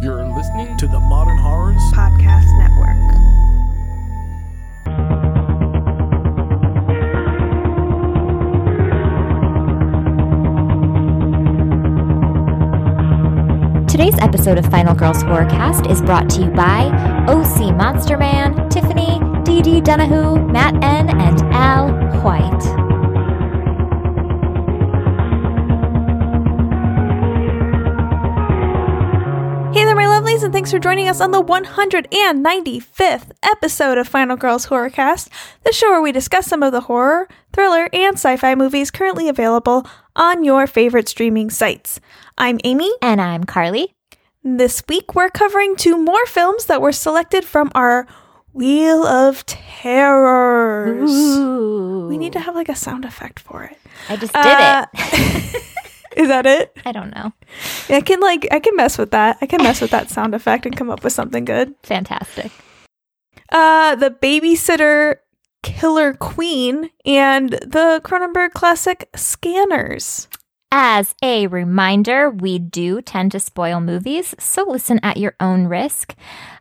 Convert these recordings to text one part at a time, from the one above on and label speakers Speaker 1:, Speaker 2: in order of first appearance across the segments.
Speaker 1: listening to the Modern Horrors
Speaker 2: Podcast Network.
Speaker 3: Today's episode of Final Girls Horrorcast is brought to you by OC Monster Man, Tiffany, Dee Dee Donahue, Matt N, and Al White.
Speaker 2: Hey there, my lovelies, and thanks for joining us on the 195th episode of Final Girls Horrorcast, the show where we discuss some of the horror, thriller, and sci fi movies currently available on your favorite streaming sites. I'm Amy.
Speaker 3: And I'm Carly.
Speaker 2: This week, we're covering two more films that were selected from our Wheel of Terrors. We need to have like a sound effect for it.
Speaker 3: I just did
Speaker 2: Uh,
Speaker 3: it.
Speaker 2: Is that it?
Speaker 3: I don't know.
Speaker 2: I can like I can mess with that. I can mess with that sound effect and come up with something good.
Speaker 3: Fantastic.
Speaker 2: Uh, the babysitter killer queen and the Cronenberg classic Scanners.
Speaker 3: As a reminder, we do tend to spoil movies, so listen at your own risk.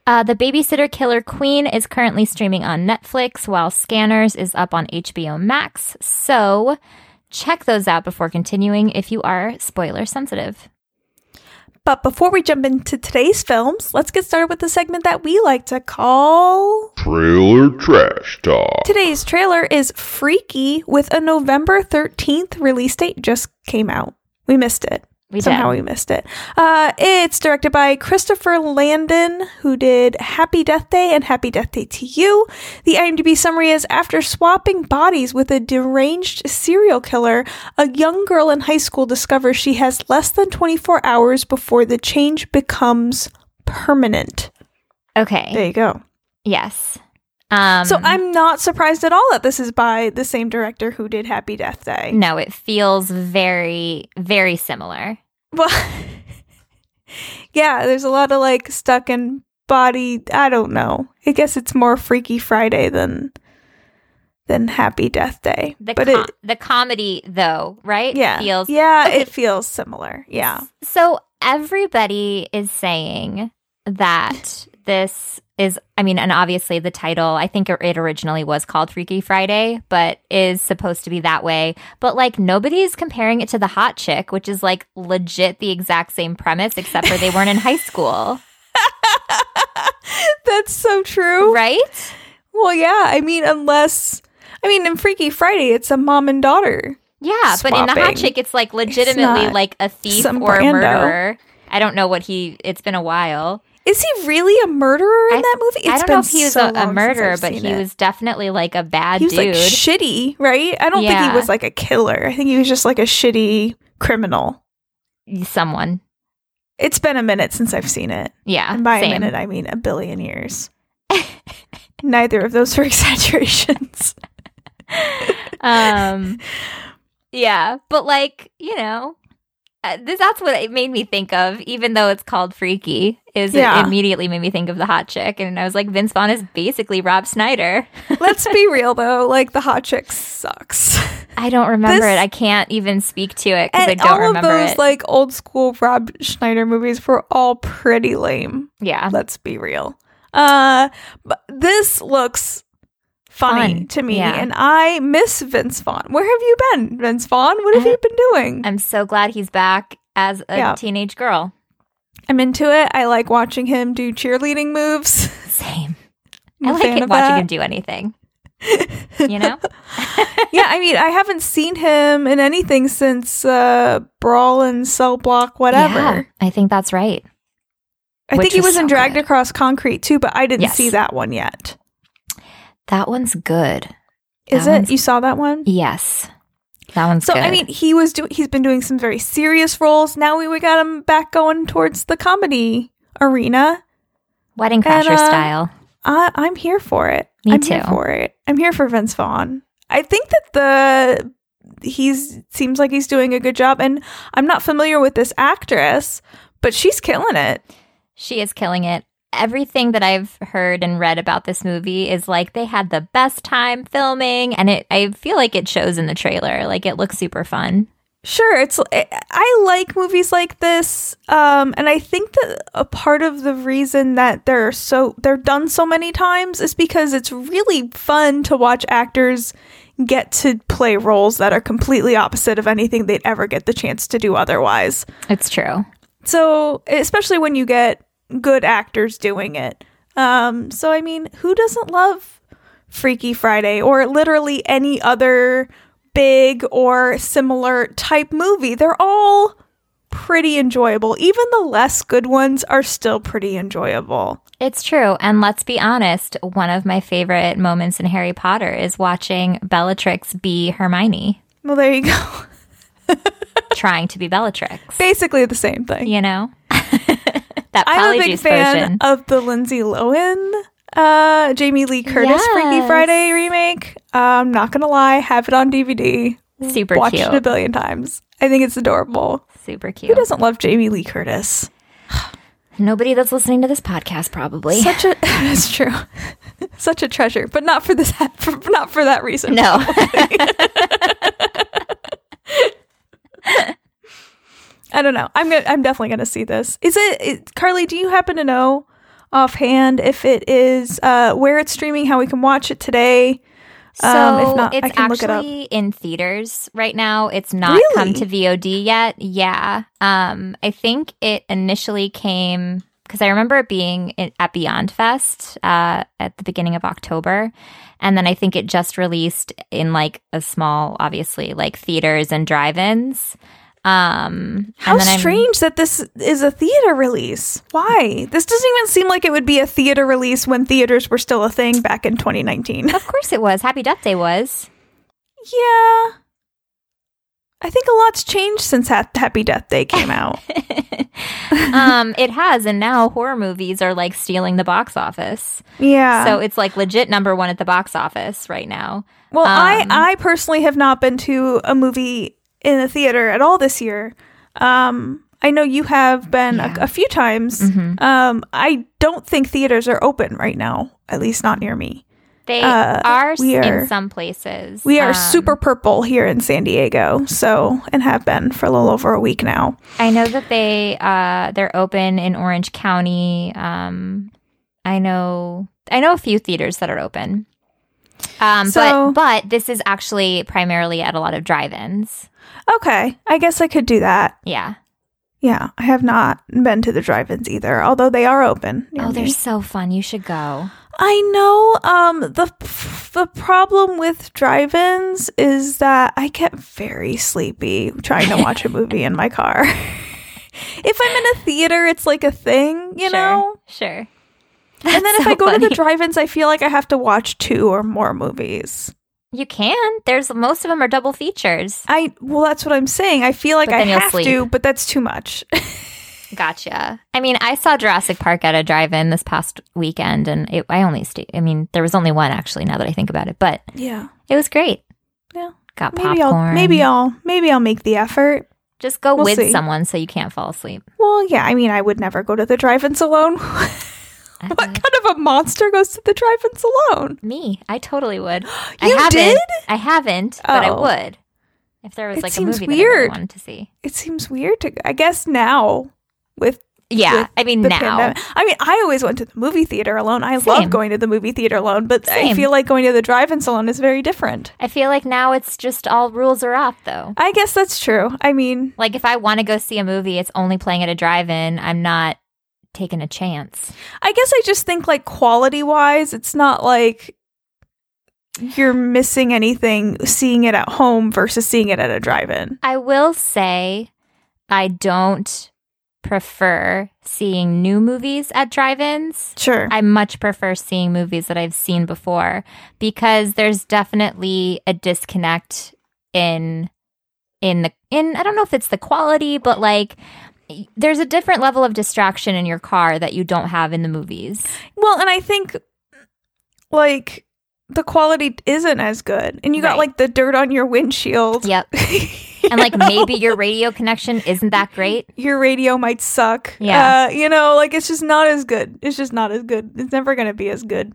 Speaker 3: Uh, the Babysitter Killer Queen is currently streaming on Netflix, while Scanners is up on HBO Max. So check those out before continuing if you are spoiler sensitive.
Speaker 2: But before we jump into today's films, let's get started with the segment that we like to call
Speaker 4: Trailer Trash Talk.
Speaker 2: Today's trailer is Freaky with a November 13th release date just came out. We missed it.
Speaker 3: We did.
Speaker 2: Somehow we missed it. Uh, it's directed by Christopher Landon, who did Happy Death Day and Happy Death Day to You. The IMDb summary is After swapping bodies with a deranged serial killer, a young girl in high school discovers she has less than 24 hours before the change becomes permanent.
Speaker 3: Okay.
Speaker 2: There you go.
Speaker 3: yes. Um,
Speaker 2: so I'm not surprised at all that this is by the same director who did Happy Death Day.
Speaker 3: No, it feels very, very similar.
Speaker 2: Well, yeah, there's a lot of like stuck in body. I don't know. I guess it's more Freaky Friday than than Happy Death Day.
Speaker 3: The
Speaker 2: but
Speaker 3: com-
Speaker 2: it,
Speaker 3: the comedy, though, right?
Speaker 2: yeah,
Speaker 3: feels
Speaker 2: yeah,
Speaker 3: Okay.
Speaker 2: it feels similar. Yeah,
Speaker 3: So everybody is saying that this is, I mean, and obviously the title, I think it originally was called Freaky Friday, but is supposed to be that way. But like nobody's comparing it to The Hot Chick, which is like legit the exact same premise, except for they weren't in high school,
Speaker 2: that's so true.
Speaker 3: right?
Speaker 2: Well, yeah, I mean, unless I mean, in Freaky Friday, it's a mom and daughter.
Speaker 3: Yeah, but in The
Speaker 2: Swapping.
Speaker 3: Hot Chick, it's like legitimately
Speaker 2: not
Speaker 3: like a thief
Speaker 2: some
Speaker 3: or a
Speaker 2: Brando.
Speaker 3: murderer. I don't know what he, it's been a while.
Speaker 2: Is he really a murderer in
Speaker 3: I-
Speaker 2: that movie?
Speaker 3: I
Speaker 2: It's
Speaker 3: don't know
Speaker 2: been
Speaker 3: if he was
Speaker 2: so
Speaker 3: a,
Speaker 2: long
Speaker 3: a
Speaker 2: since
Speaker 3: murderer,
Speaker 2: I've
Speaker 3: but
Speaker 2: seen
Speaker 3: he
Speaker 2: it.
Speaker 3: was definitely like a bad
Speaker 2: he was
Speaker 3: dude.
Speaker 2: like shitty, right? I don't think
Speaker 3: Yeah.
Speaker 2: he was like a killer. I think he was just like a shitty criminal.
Speaker 3: someone.
Speaker 2: It's been a minute since I've seen it.
Speaker 3: Yeah.
Speaker 2: And by
Speaker 3: same.
Speaker 2: a minute, I mean a billion years. Neither of those are exaggerations.
Speaker 3: um yeah, but like, you know, uh, this that's what it made me think of even though it's called Freaky. Is
Speaker 2: Yeah.
Speaker 3: it immediately made me think of the hot chick and I was like Vince Vaughn is basically Rob Snyder.
Speaker 2: Let's be real though, like the hot chick sucks.
Speaker 3: I don't remember
Speaker 2: This-
Speaker 3: it. I can't even speak to it cuz I
Speaker 2: And
Speaker 3: don't
Speaker 2: all of
Speaker 3: remember
Speaker 2: those
Speaker 3: it.
Speaker 2: like old school Rob Schneider movies were all pretty lame.
Speaker 3: yeah.
Speaker 2: Let's be real. Uh but this looks funny
Speaker 3: Fun.
Speaker 2: to me
Speaker 3: Yeah.
Speaker 2: and I miss Vince Vaughn. Where have you been, Vince Vaughn? What have
Speaker 3: I-
Speaker 2: you been doing?
Speaker 3: I'm so glad he's back as a
Speaker 2: Yeah.
Speaker 3: teenage girl.
Speaker 2: I'm into it. I like watching him do cheerleading moves.
Speaker 3: Same.
Speaker 2: I'm
Speaker 3: I
Speaker 2: a
Speaker 3: like
Speaker 2: fan
Speaker 3: it watching
Speaker 2: of that.
Speaker 3: him do anything. you know?
Speaker 2: yeah, I mean, I haven't seen him in anything since uh, Brawl and Cell Block, whatever.
Speaker 3: Yeah, I think that's right.
Speaker 2: I
Speaker 3: which
Speaker 2: think he
Speaker 3: is
Speaker 2: was in
Speaker 3: so
Speaker 2: Dragged
Speaker 3: good.
Speaker 2: Across Concrete too, but I didn't
Speaker 3: Yes.
Speaker 2: see that one yet.
Speaker 3: That one's good.
Speaker 2: Is
Speaker 3: That
Speaker 2: it?
Speaker 3: one's-
Speaker 2: You saw that one?
Speaker 3: Yes. That one's
Speaker 2: So
Speaker 3: good.
Speaker 2: I mean, he was doing. He's been doing some very serious roles. Now we, we got him back going towards the comedy arena.
Speaker 3: Wedding
Speaker 2: and,
Speaker 3: Crasher
Speaker 2: uh,
Speaker 3: style.
Speaker 2: I, I'm here for it.
Speaker 3: Me
Speaker 2: I'm
Speaker 3: too.
Speaker 2: here for it. I'm here for Vince Vaughn. I think that the he's seems like he's doing a good job, and I'm not familiar with this actress, but she's killing it.
Speaker 3: She is killing it. Everything that I've heard and read about this movie is like they had the best time filming and it I feel like it shows in the trailer. Like it looks super fun.
Speaker 2: Sure, it's eh, I like movies like this, um, and I think that a part of the reason that they're so they're done so many times is because it's really fun to watch actors get to play roles that are completely opposite of anything they'd ever get the chance to do otherwise.
Speaker 3: It's true.
Speaker 2: So, especially when you get good actors doing it. Um, so, I mean, who doesn't love Freaky Friday or literally any other big or similar type movie? They're all pretty enjoyable. Even the less good ones are still pretty enjoyable.
Speaker 3: It's true. And let's be honest, one of my favorite moments in Harry Potter is watching Bellatrix be Hermione,
Speaker 2: Well, there you go.
Speaker 3: trying to be Bellatrix.
Speaker 2: Basically the same thing.
Speaker 3: You know? that
Speaker 2: I'm a big
Speaker 3: polyjuice
Speaker 2: fan
Speaker 3: version.
Speaker 2: of the Lindsay Lohan, uh, Jamie Lee Curtis Freaky
Speaker 3: Yes.
Speaker 2: Friday remake. Uh, I'm not gonna lie, have it on DVD.
Speaker 3: Super
Speaker 2: Watched it a
Speaker 3: cute.
Speaker 2: billion times. I think it's adorable.
Speaker 3: Super
Speaker 2: Who
Speaker 3: cute.
Speaker 2: doesn't love Jamie Lee Curtis?
Speaker 3: Nobody that's listening to this podcast probably.
Speaker 2: Such a it's true, such a treasure. But not for this, for, not for that reason.
Speaker 3: no.
Speaker 2: I don't know. I'm gonna, I'm definitely gonna see this. Is it, it Carly? Do you happen to know offhand if it is uh, where it's streaming, how we can watch it today?
Speaker 3: So
Speaker 2: Um, if not, I
Speaker 3: it's
Speaker 2: can look it up.
Speaker 3: actually in theaters right now. It's not
Speaker 2: Really?
Speaker 3: come to VOD yet. Yeah. Um, I think it initially came because I remember it being in, at Beyond Fest uh, at the beginning of October, and then I think it just released in like a small, obviously, like theaters and drive-ins. Um,
Speaker 2: How
Speaker 3: and then I'm-
Speaker 2: strange that this is a theater release. Why? This doesn't even seem like it would be a theater release when theaters were still a thing back in 2019. yeah.
Speaker 3: Of course, it was Happy Death Day was.
Speaker 2: I think a lot's changed since ha- Happy Death Day came out.
Speaker 3: um, it has, and now horror movies are like stealing the box office.
Speaker 2: yeah.
Speaker 3: So it's like legit number one at the box office right now.
Speaker 2: well, I
Speaker 3: um,
Speaker 2: I personally have not been to a movie in a theater at all this year. Um I know you have been a, a few times.
Speaker 3: Mm-hmm.
Speaker 2: Um I don't think theaters are open right now, at least not near me.
Speaker 3: They
Speaker 2: Uh,
Speaker 3: are, s-
Speaker 2: we are-
Speaker 3: in some places.
Speaker 2: We are
Speaker 3: Um,
Speaker 2: super purple here in San Diego, so and have been for a little over a week now.
Speaker 3: I know that they uh, they're open in Orange County. Um, I know I know a few theaters that are open. Um,
Speaker 2: So-
Speaker 3: but but this is actually primarily at a lot of drive-ins.
Speaker 2: Okay, I guess I could do that.
Speaker 3: Yeah.
Speaker 2: Yeah, I have not been to the drive-ins either, although they are open. near
Speaker 3: Oh, they're
Speaker 2: me.
Speaker 3: so fun. You should go.
Speaker 2: I know. Um, the the problem with drive-ins is that I get very sleepy trying to watch a movie in my car. if I'm in a theater, it's like a thing, you
Speaker 3: Sure,
Speaker 2: know.
Speaker 3: Sure.
Speaker 2: and then
Speaker 3: That's
Speaker 2: if
Speaker 3: so
Speaker 2: I go to the
Speaker 3: funny.
Speaker 2: drive-ins, I feel like I have to watch two or more movies.
Speaker 3: You can. There's most of them are double features.
Speaker 2: I well, that's what I'm saying. I feel like
Speaker 3: But
Speaker 2: I
Speaker 3: then you'll
Speaker 2: have
Speaker 3: sleep.
Speaker 2: to, but that's too much.
Speaker 3: Gotcha. I mean, I saw Jurassic Park at a drive-in this past weekend, and it, I only stayed. I mean, there was only one actually. Now that I think about it, but
Speaker 2: Yeah,
Speaker 3: it was great.
Speaker 2: Yeah.
Speaker 3: got
Speaker 2: maybe
Speaker 3: popcorn.
Speaker 2: I'll maybe I'll maybe I'll make the effort.
Speaker 3: just go
Speaker 2: we'll
Speaker 3: with
Speaker 2: see.
Speaker 3: someone so you can't fall asleep.
Speaker 2: Well, yeah, I mean, I would never go to the drive-ins alone. what
Speaker 3: I would.
Speaker 2: kind of a monster goes to the drive-ins alone?
Speaker 3: Me, I totally would. I
Speaker 2: You
Speaker 3: haven't.
Speaker 2: did?
Speaker 3: I haven't, but
Speaker 2: Oh.
Speaker 3: I would. If there was
Speaker 2: It
Speaker 3: like a
Speaker 2: seems
Speaker 3: movie that I really
Speaker 2: weird.
Speaker 3: wanted to see.
Speaker 2: It seems weird to. I guess now with
Speaker 3: Yeah,
Speaker 2: With
Speaker 3: I mean
Speaker 2: the
Speaker 3: now.
Speaker 2: pandemic, I mean, I always went to the movie theater alone. I
Speaker 3: Same.
Speaker 2: love going to the movie theater alone, but I
Speaker 3: Same.
Speaker 2: feel like going to the drive-ins alone is very different.
Speaker 3: I feel like now it's just all rules are off though.
Speaker 2: I guess that's true. I mean,
Speaker 3: Like if I want to go see a movie, it's only playing at a drive-in. I'm not taking a chance.
Speaker 2: I guess I just think like quality wise, it's not like you're missing anything seeing it at home versus seeing it at a drive-in.
Speaker 3: I will say I don't prefer seeing new movies at drive-ins.
Speaker 2: Sure.
Speaker 3: I much prefer seeing movies that I've seen before because there's definitely a disconnect in in the in I don't know if it's the quality but like y- there's a different level of distraction in your car that you don't have in the movies.
Speaker 2: well, and I think like the quality isn't as good, and you got
Speaker 3: Right.
Speaker 2: like the dirt on your windshield.
Speaker 3: Yep. And like maybe your radio connection isn't that great.
Speaker 2: your radio might suck.
Speaker 3: Yeah.
Speaker 2: Uh, you know, like it's just not as good. It's just not as good. It's never going to be as good.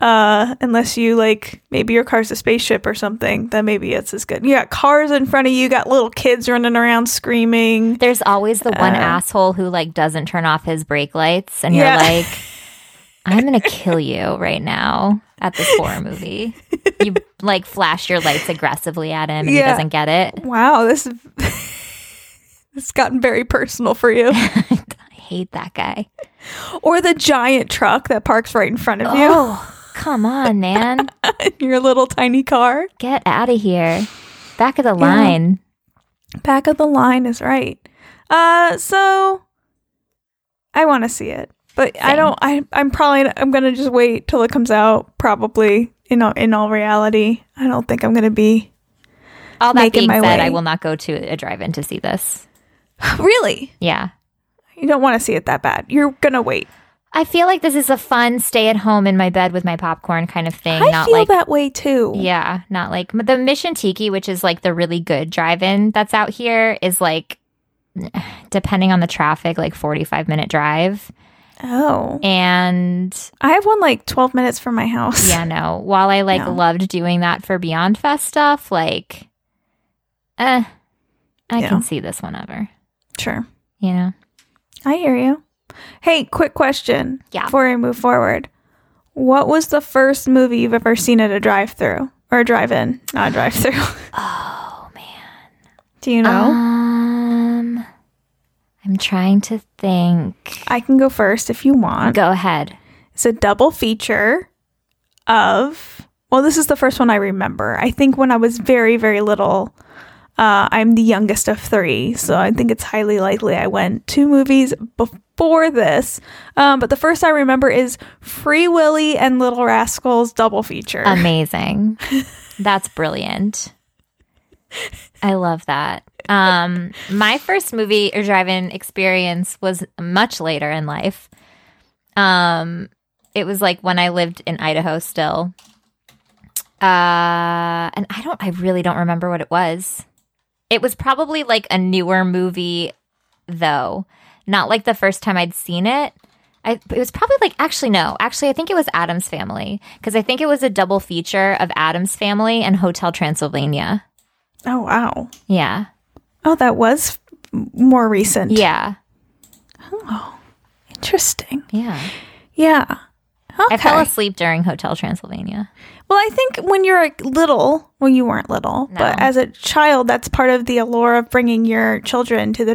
Speaker 2: uh, unless you like maybe your car's a spaceship or something. Then maybe it's as good. You got cars in front of you, you got little kids running around screaming.
Speaker 3: There's always the one asshole who like doesn't turn off his brake lights, and
Speaker 2: Yeah.
Speaker 3: you're like, "I'm gonna kill you right now." At this horror movie, you like flash your lights aggressively at him, and he
Speaker 2: Yeah.
Speaker 3: doesn't get it.
Speaker 2: Wow, this it's gotten very personal for you.
Speaker 3: I hate that guy.
Speaker 2: or the giant truck that parks right in front of you
Speaker 3: Oh, come on, man,
Speaker 2: in your little tiny car.
Speaker 3: get out of here! Back of the line.
Speaker 2: Back of the line is right. Uh, so I want to see it, but I
Speaker 3: Same.
Speaker 2: don't. I I'm probably I'm gonna just wait till it comes out. Probably in all, in all reality, I don't think I'm gonna be
Speaker 3: All that
Speaker 2: Making
Speaker 3: being
Speaker 2: my
Speaker 3: said,
Speaker 2: way.
Speaker 3: I will not go to a drive-in to see this.
Speaker 2: really.
Speaker 3: Yeah.
Speaker 2: You don't want to see it that bad. You're gonna wait.
Speaker 3: I feel like this is a fun stay at home in my bed with my popcorn kind of thing.
Speaker 2: I
Speaker 3: not
Speaker 2: feel
Speaker 3: like
Speaker 2: that way too.
Speaker 3: yeah, not like the Mission Tiki, which is like the really good drive-in that's out here, is like depending on the traffic, like forty-five minute drive.
Speaker 2: Oh,
Speaker 3: And
Speaker 2: I have one like 12 minutes from my house.
Speaker 3: yeah, no. While I like
Speaker 2: No.
Speaker 3: loved doing that for Beyond Fest stuff, like, eh, I
Speaker 2: Yeah.
Speaker 3: can see this whenever.
Speaker 2: sure.
Speaker 3: You know,
Speaker 2: I hear you. Hey, quick question.
Speaker 3: Yeah.
Speaker 2: Before we move forward, what was the first movie you've ever seen at a drive-through or a drive-in, not a drive-through? Oh man. Do you know?
Speaker 3: um, I'm trying to think.
Speaker 2: I can go first if you want.
Speaker 3: Go ahead.
Speaker 2: It's a double feature of. Well, this is the first one I remember. I think when I was very, very little, uh, I'm the youngest of three, so I think it's highly likely I went two movies before this. Um, but the first I remember is Free Willy and Little Rascals double feature.
Speaker 3: Um, Amazing. That's brilliant. I love that. Um, my first movie or drive-in experience was much later in life. Um, it was like when I lived in Idaho still. Uh, and I don't I really don't remember what it was. It was probably like a newer movie though. Not like the first time I'd seen it. I, it was probably like actually no actually i think it was adam's family because i think it was a double feature of adam's family and hotel transylvania
Speaker 2: oh wow!
Speaker 3: yeah
Speaker 2: Oh, that was f- more recent.
Speaker 3: yeah
Speaker 2: interesting.
Speaker 3: yeah
Speaker 2: Yeah. Okay.
Speaker 3: i fell asleep during hotel transylvania
Speaker 2: Well, I think when you're like, little, well, you weren't little, but as a child, that's part of the allure of bringing your children to the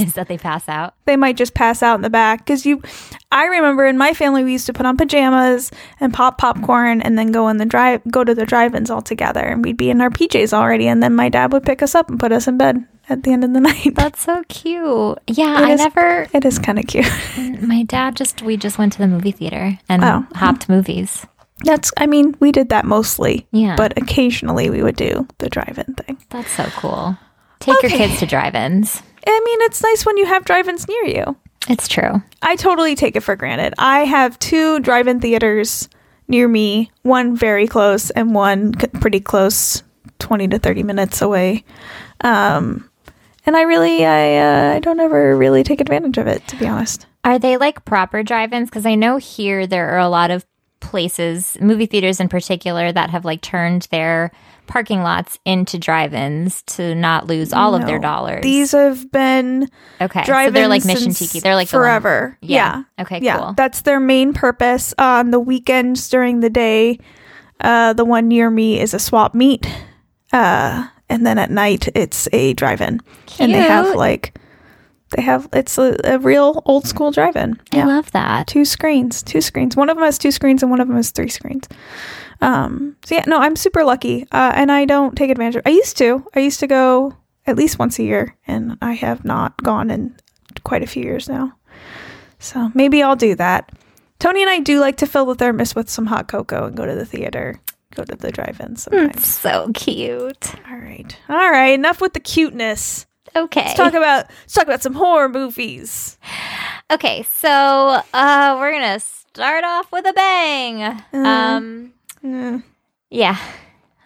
Speaker 3: is that they pass out
Speaker 2: they might just pass out in the back because you. I remember in my family we used to put on pajamas and pop popcorn and then go in the drive, go to the drive-ins all together, and we'd be in our PJs already, and then my dad would pick us up and put us in bed at the end of the night.
Speaker 3: that's so cute yeah
Speaker 2: It
Speaker 3: i
Speaker 2: is-
Speaker 3: never
Speaker 2: it is kind of cute.
Speaker 3: my dad just we just went to the movie theater and
Speaker 2: Oh.
Speaker 3: hopped movies
Speaker 2: That's. I mean, we did that mostly,
Speaker 3: Yeah.
Speaker 2: but occasionally we would do the drive-in thing.
Speaker 3: that's so cool take your
Speaker 2: Okay.
Speaker 3: kids to drive-ins
Speaker 2: I mean, it's nice when you have drive-ins near you.
Speaker 3: it's true
Speaker 2: I totally take it for granted. I have two drive-in theaters near me, one very close and one c- pretty close, 20 to 30 minutes away. Um and I really I uh, I don't ever really take advantage of it to be honest.
Speaker 3: Are they like proper drive-ins? Because I know here there are a lot of places, movie theaters in particular, that have like turned their parking lots into drive-ins to not lose all of their
Speaker 2: No.
Speaker 3: dollars.
Speaker 2: These have been
Speaker 3: okay, so
Speaker 2: drive-ins
Speaker 3: they're like Mission
Speaker 2: since
Speaker 3: Tiki. They're like the one-
Speaker 2: forever.
Speaker 3: Yeah. Okay,
Speaker 2: yeah,
Speaker 3: cool.
Speaker 2: that's their main purpose. On the weekends during the day, uh, the one near me is a swap meet, uh, and then at night it's a drive-in, and they have
Speaker 3: Cute.
Speaker 2: like they have it's a, a real old school drive-in.
Speaker 3: I
Speaker 2: Yeah,
Speaker 3: love that.
Speaker 2: two screens, two screens. One of them has two screens, and one of them has three screens. Um, so yeah, no, I'm super lucky, uh, and I don't take advantage. of I used to, I used to go at least once a year, and I have not gone in quite a few years now. So maybe I'll do that. Tony and I do like to fill the thermos with some hot cocoa and go to the theater, go to the drive-in sometimes.
Speaker 3: So cute.
Speaker 2: All right, all right. Enough with the cuteness.
Speaker 3: Okay.
Speaker 2: Let's talk about let's talk about some horror movies.
Speaker 3: okay, so uh, we're gonna start off with a bang.
Speaker 2: Uh-huh.
Speaker 3: um,
Speaker 2: Mm.
Speaker 3: yeah,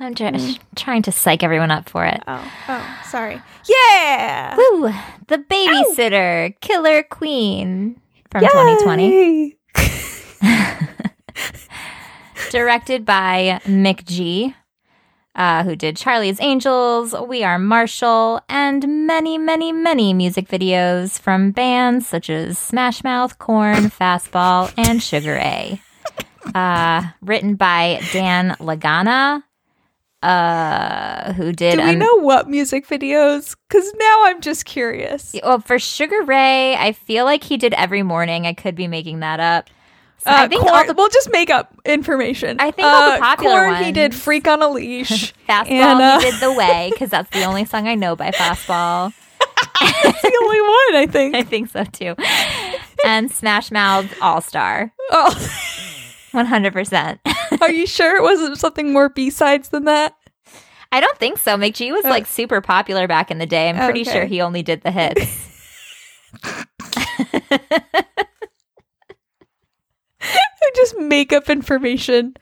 Speaker 3: I'm tr- trying to psych everyone up for it.
Speaker 2: Oh, oh, sorry. Yeah.
Speaker 3: Woo! The Babysitter, Killer Queen from 2020.
Speaker 2: Yay.
Speaker 3: Directed by Mick G, uh, who did Charlie's Angels, We Are Marshall, and many, many, many music videos from bands such as Smash Mouth, Corn, Fastball, and Sugar A. Uh, written by Dan Lagana, uh, who did
Speaker 2: Do we
Speaker 3: un-
Speaker 2: know what music videos? Because now I'm just curious.
Speaker 3: Well, for Sugar Ray, I feel like he did every morning. I could be making that up. So I
Speaker 2: Uh,
Speaker 3: think all
Speaker 2: Korn-
Speaker 3: the
Speaker 2: we'll just make up information.
Speaker 3: I think all the
Speaker 2: Uh,
Speaker 3: popular
Speaker 2: Korn, He did
Speaker 3: ones.
Speaker 2: "Freak on a Leash,"
Speaker 3: fastball
Speaker 2: and uh,
Speaker 3: he did the way because that's the only song I know by fastball.
Speaker 2: that's the only one
Speaker 3: I
Speaker 2: I think.
Speaker 3: think so too. And Smash Mouth All Star,
Speaker 2: Oh,
Speaker 3: one hundred percent.
Speaker 2: are you sure it wasn't something more B sides than that?
Speaker 3: I don't think so. McGee was like super popular back in the day. I'm pretty
Speaker 2: Uh, Okay.
Speaker 3: sure he only did the hits.
Speaker 2: I just make up information.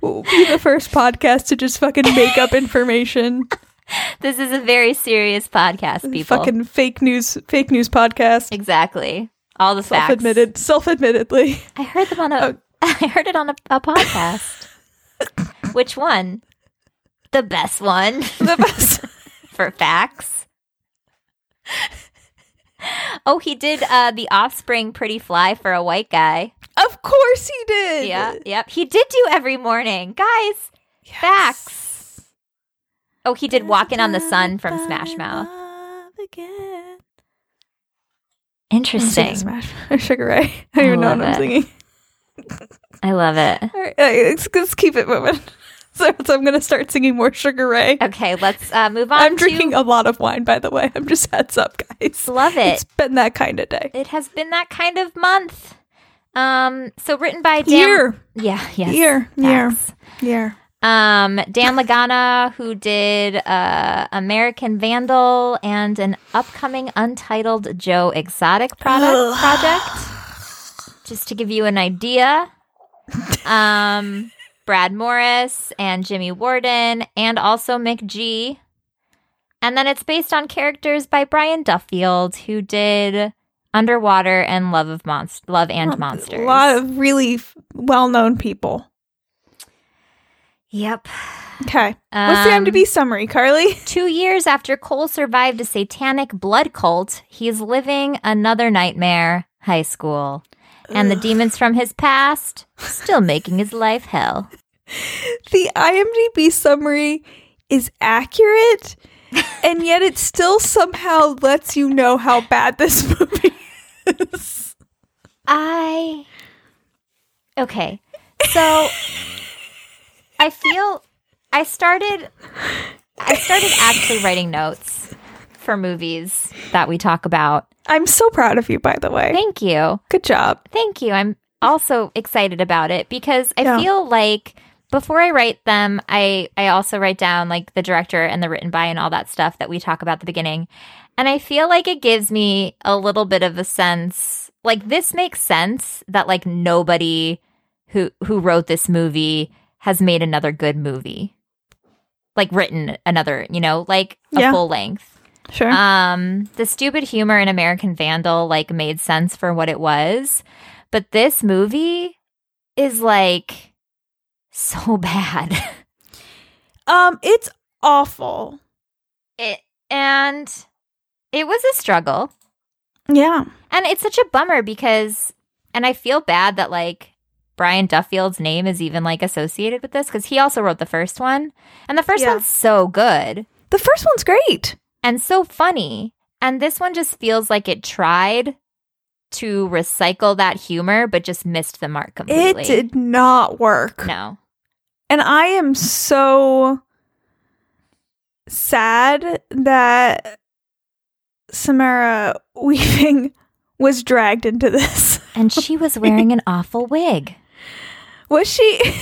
Speaker 2: We'll be the first podcast to just fucking make up information.
Speaker 3: This is a very serious podcast, people.
Speaker 2: Fucking fake news, fake news podcast.
Speaker 3: exactly. All the facts.
Speaker 2: Self-admitted, self-admittedly.
Speaker 3: I heard them on
Speaker 2: Oh.
Speaker 3: a. I heard it on a, a podcast. Which one? The best one
Speaker 2: The best.
Speaker 3: for facts. Oh, he did uh, the offspring pretty fly for a white guy.
Speaker 2: of course he did.
Speaker 3: Yeah, yep. He did do every morning, guys. Facts. Oh, he did "Walking on the Sun" from Smash Mouth.
Speaker 2: Again. Sing
Speaker 3: Interesting.
Speaker 2: Smash or Sugar Ray. I don't
Speaker 3: I
Speaker 2: even know what
Speaker 3: love
Speaker 2: I'm
Speaker 3: it.
Speaker 2: singing.
Speaker 3: I love it.
Speaker 2: All right, let's, let's keep it moving. So, so I'm gonna start singing more Sugar Ray.
Speaker 3: Okay, let's uh, move on.
Speaker 2: I'm
Speaker 3: to-
Speaker 2: drinking a lot of wine, by the way. I'm just heads up, guys.
Speaker 3: Love it.
Speaker 2: It's been that kind of day.
Speaker 3: it has been that kind of month. Um, so written by Dan.
Speaker 2: Year,
Speaker 3: Yeah, yes.
Speaker 2: Year. Year.
Speaker 3: Facts.
Speaker 2: yeah.
Speaker 3: Um, Dan Lagana, who did uh, American Vandal and an upcoming untitled Joe Exotic product project, just to give you an idea. Um, Brad Morris and Jimmy Warden, and also McG. And then it's based on characters by Brian Duffield, who did Underwater and Love of Monst- Love and Monsters.
Speaker 2: A lot of really f- well-known people.
Speaker 3: yep.
Speaker 2: Okay, what's the
Speaker 3: Um,
Speaker 2: IMDb summary, Carly?
Speaker 3: Two years after Cole survived a satanic blood cult, he is living another nightmare high school. And the demons from his past still making his life hell.
Speaker 2: The IMDb summary is accurate, and yet it still somehow lets you know how bad this movie is.
Speaker 3: I. Okay. So I feel I started I started actually writing notes for movies that we talk about.
Speaker 2: I'm so proud of you, by the way.
Speaker 3: Thank you.
Speaker 2: Good job.
Speaker 3: Thank you. I'm also excited about it because I
Speaker 2: Yeah.
Speaker 3: feel like before I write them, I I also write down like the director and the written by and all that stuff that we talk about at the beginning. And I feel like it gives me a little bit of a sense like this makes sense that like nobody who who wrote this movie has made another good movie. Like written another, you know, like a
Speaker 2: Yeah.
Speaker 3: full length.
Speaker 2: Sure.
Speaker 3: Um, the stupid humor in American Vandal like made sense for what it was, but this movie is like so bad.
Speaker 2: Um, it's awful.
Speaker 3: it, and it was a struggle.
Speaker 2: Yeah.
Speaker 3: And it's such a bummer because and I feel bad that like Brian Duffield's name is even like associated with this because he also wrote the first one. And the first
Speaker 2: Yeah.
Speaker 3: one's so good.
Speaker 2: The first one's great.
Speaker 3: and so funny. And this one just feels like it tried to recycle that humor, but just missed the mark completely.
Speaker 2: It did not work.
Speaker 3: No.
Speaker 2: And I am so sad that Samara Weaving was dragged into this.
Speaker 3: And she was wearing an awful wig.
Speaker 2: Was she? I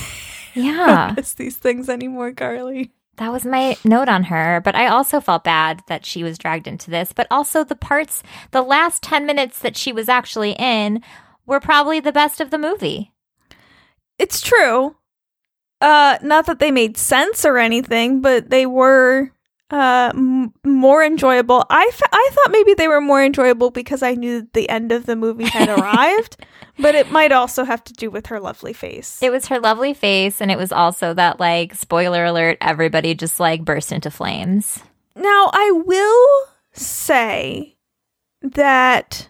Speaker 3: Yeah.
Speaker 2: don't miss these things anymore, Carly.
Speaker 3: That was my note on her. But I also felt bad that she was dragged into this. But also, the parts, the last 10 minutes that she was actually in were probably the best of the movie.
Speaker 2: It's true. Uh, not that they made sense or anything, but they were uh m- more enjoyable. I, f- I thought maybe they were more enjoyable because I knew that the end of the movie had arrived, but it might also have to do with her lovely face.
Speaker 3: It was her lovely face, and it was also that, like, spoiler alert, everybody just like burst into flames.
Speaker 2: now, I will say that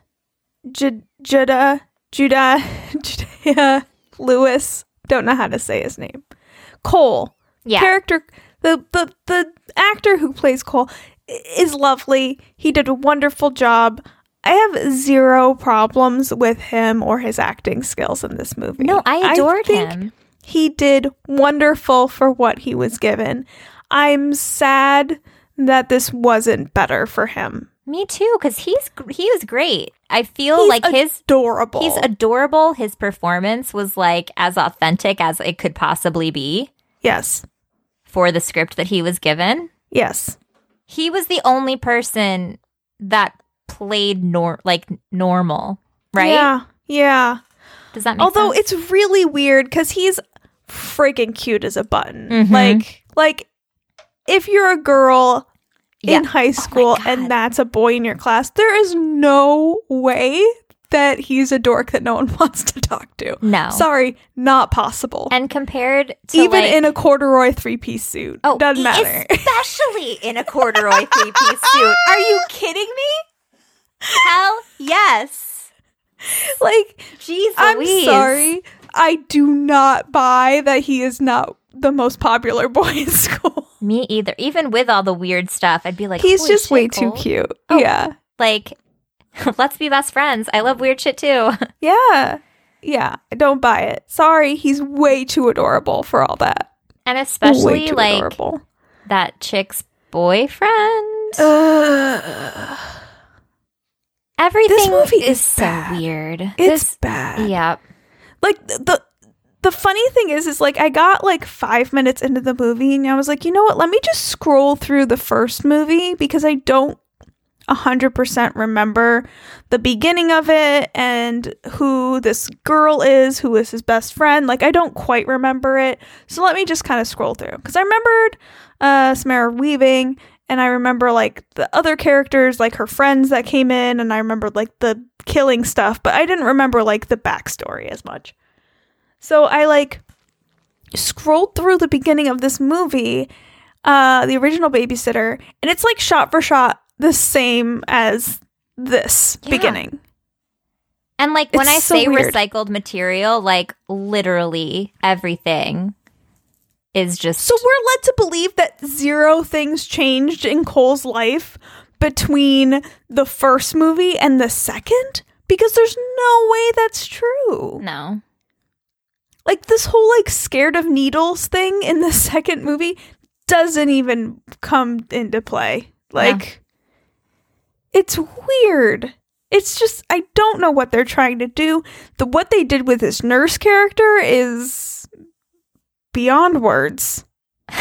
Speaker 2: J- Judah, Judah, Judea Lewis, don't know how to say his name, Cole,
Speaker 3: Yeah.
Speaker 2: character the, the the actor who plays Cole i- is lovely. He did a wonderful job. I have zero problems with him or his acting skills in this movie.
Speaker 3: no, I adored
Speaker 2: think
Speaker 3: him.
Speaker 2: He did wonderful for what he was given. I'm sad that this wasn't better for him.
Speaker 3: Me too, because he's gr- he was great. I feel
Speaker 2: He's
Speaker 3: Oh, like his
Speaker 2: adorable.
Speaker 3: he's adorable. His performance was like as authentic as it could possibly be
Speaker 2: yes,
Speaker 3: for the script that he was given.
Speaker 2: yes,
Speaker 3: He was the only person that played nor like normal, right?
Speaker 2: Yeah, yeah.
Speaker 3: Does that make
Speaker 2: Although
Speaker 3: sense?
Speaker 2: it's really weird because he's freaking cute as a button.
Speaker 3: Mhm.
Speaker 2: Like, like if you're a girl in
Speaker 3: Yeah. Oh
Speaker 2: high school
Speaker 3: God.
Speaker 2: and that's a boy in your class, there is no way that he's a dork that no one wants to talk to.
Speaker 3: no.
Speaker 2: Sorry, not possible.
Speaker 3: and compared to
Speaker 2: Even
Speaker 3: like,
Speaker 2: in a corduroy three piece suit, doesn't
Speaker 3: e-
Speaker 2: matter.
Speaker 3: Especially in a corduroy three piece suit. Are you kidding me? Hell yes.
Speaker 2: like,
Speaker 3: Jeez
Speaker 2: I'm
Speaker 3: Louise.
Speaker 2: sorry, I do not buy that he is not the most popular boy in school.
Speaker 3: Me either. Even with all the weird stuff, I'd be like,
Speaker 2: He's
Speaker 3: "Holy
Speaker 2: just
Speaker 3: shit,
Speaker 2: way
Speaker 3: Cole." Oh.
Speaker 2: too cute. Yeah.
Speaker 3: Like, let's be best friends. I love weird shit too.
Speaker 2: Yeah. Yeah. I don't buy it. Sorry, he's way too adorable for all that.
Speaker 3: And
Speaker 2: way
Speaker 3: especially
Speaker 2: too
Speaker 3: like
Speaker 2: adorable.
Speaker 3: that chick's boyfriend.
Speaker 2: Oh, Ugh.
Speaker 3: Everything
Speaker 2: movie
Speaker 3: is,
Speaker 2: is
Speaker 3: so
Speaker 2: bad.
Speaker 3: weird.
Speaker 2: it's
Speaker 3: This-
Speaker 2: bad.
Speaker 3: yeah.
Speaker 2: Like th- the the funny thing is is like I got like 5 minutes into the movie and I was like, "You know what? Let me just scroll through the first movie because I don't 100% remember the beginning of it and who this girl is, who is his best friend. Like, I don't quite remember it. So let me just kind of scroll through. Because I remembered uh, Samara Weaving, and I remember, like, the other characters, like her friends that came in, and I remembered, like, the killing stuff, but I didn't remember, like, the backstory as much. So I, like, scrolled through the beginning of this movie uh, the original babysitter, and it's like shot for shot the same as this
Speaker 3: Yeah.
Speaker 2: beginning.
Speaker 3: And like when
Speaker 2: It's
Speaker 3: I
Speaker 2: so
Speaker 3: say
Speaker 2: weird.
Speaker 3: recycled material, like literally everything is just
Speaker 2: So we're led to believe that zero things changed in Cole's life between the first movie and the second because there's no way that's true.
Speaker 3: no.
Speaker 2: Like this whole like scared of needles thing in the second movie doesn't even come into play. Like it's weird. It's just I don't know what they're trying to do. The what they did with this nurse character is beyond words.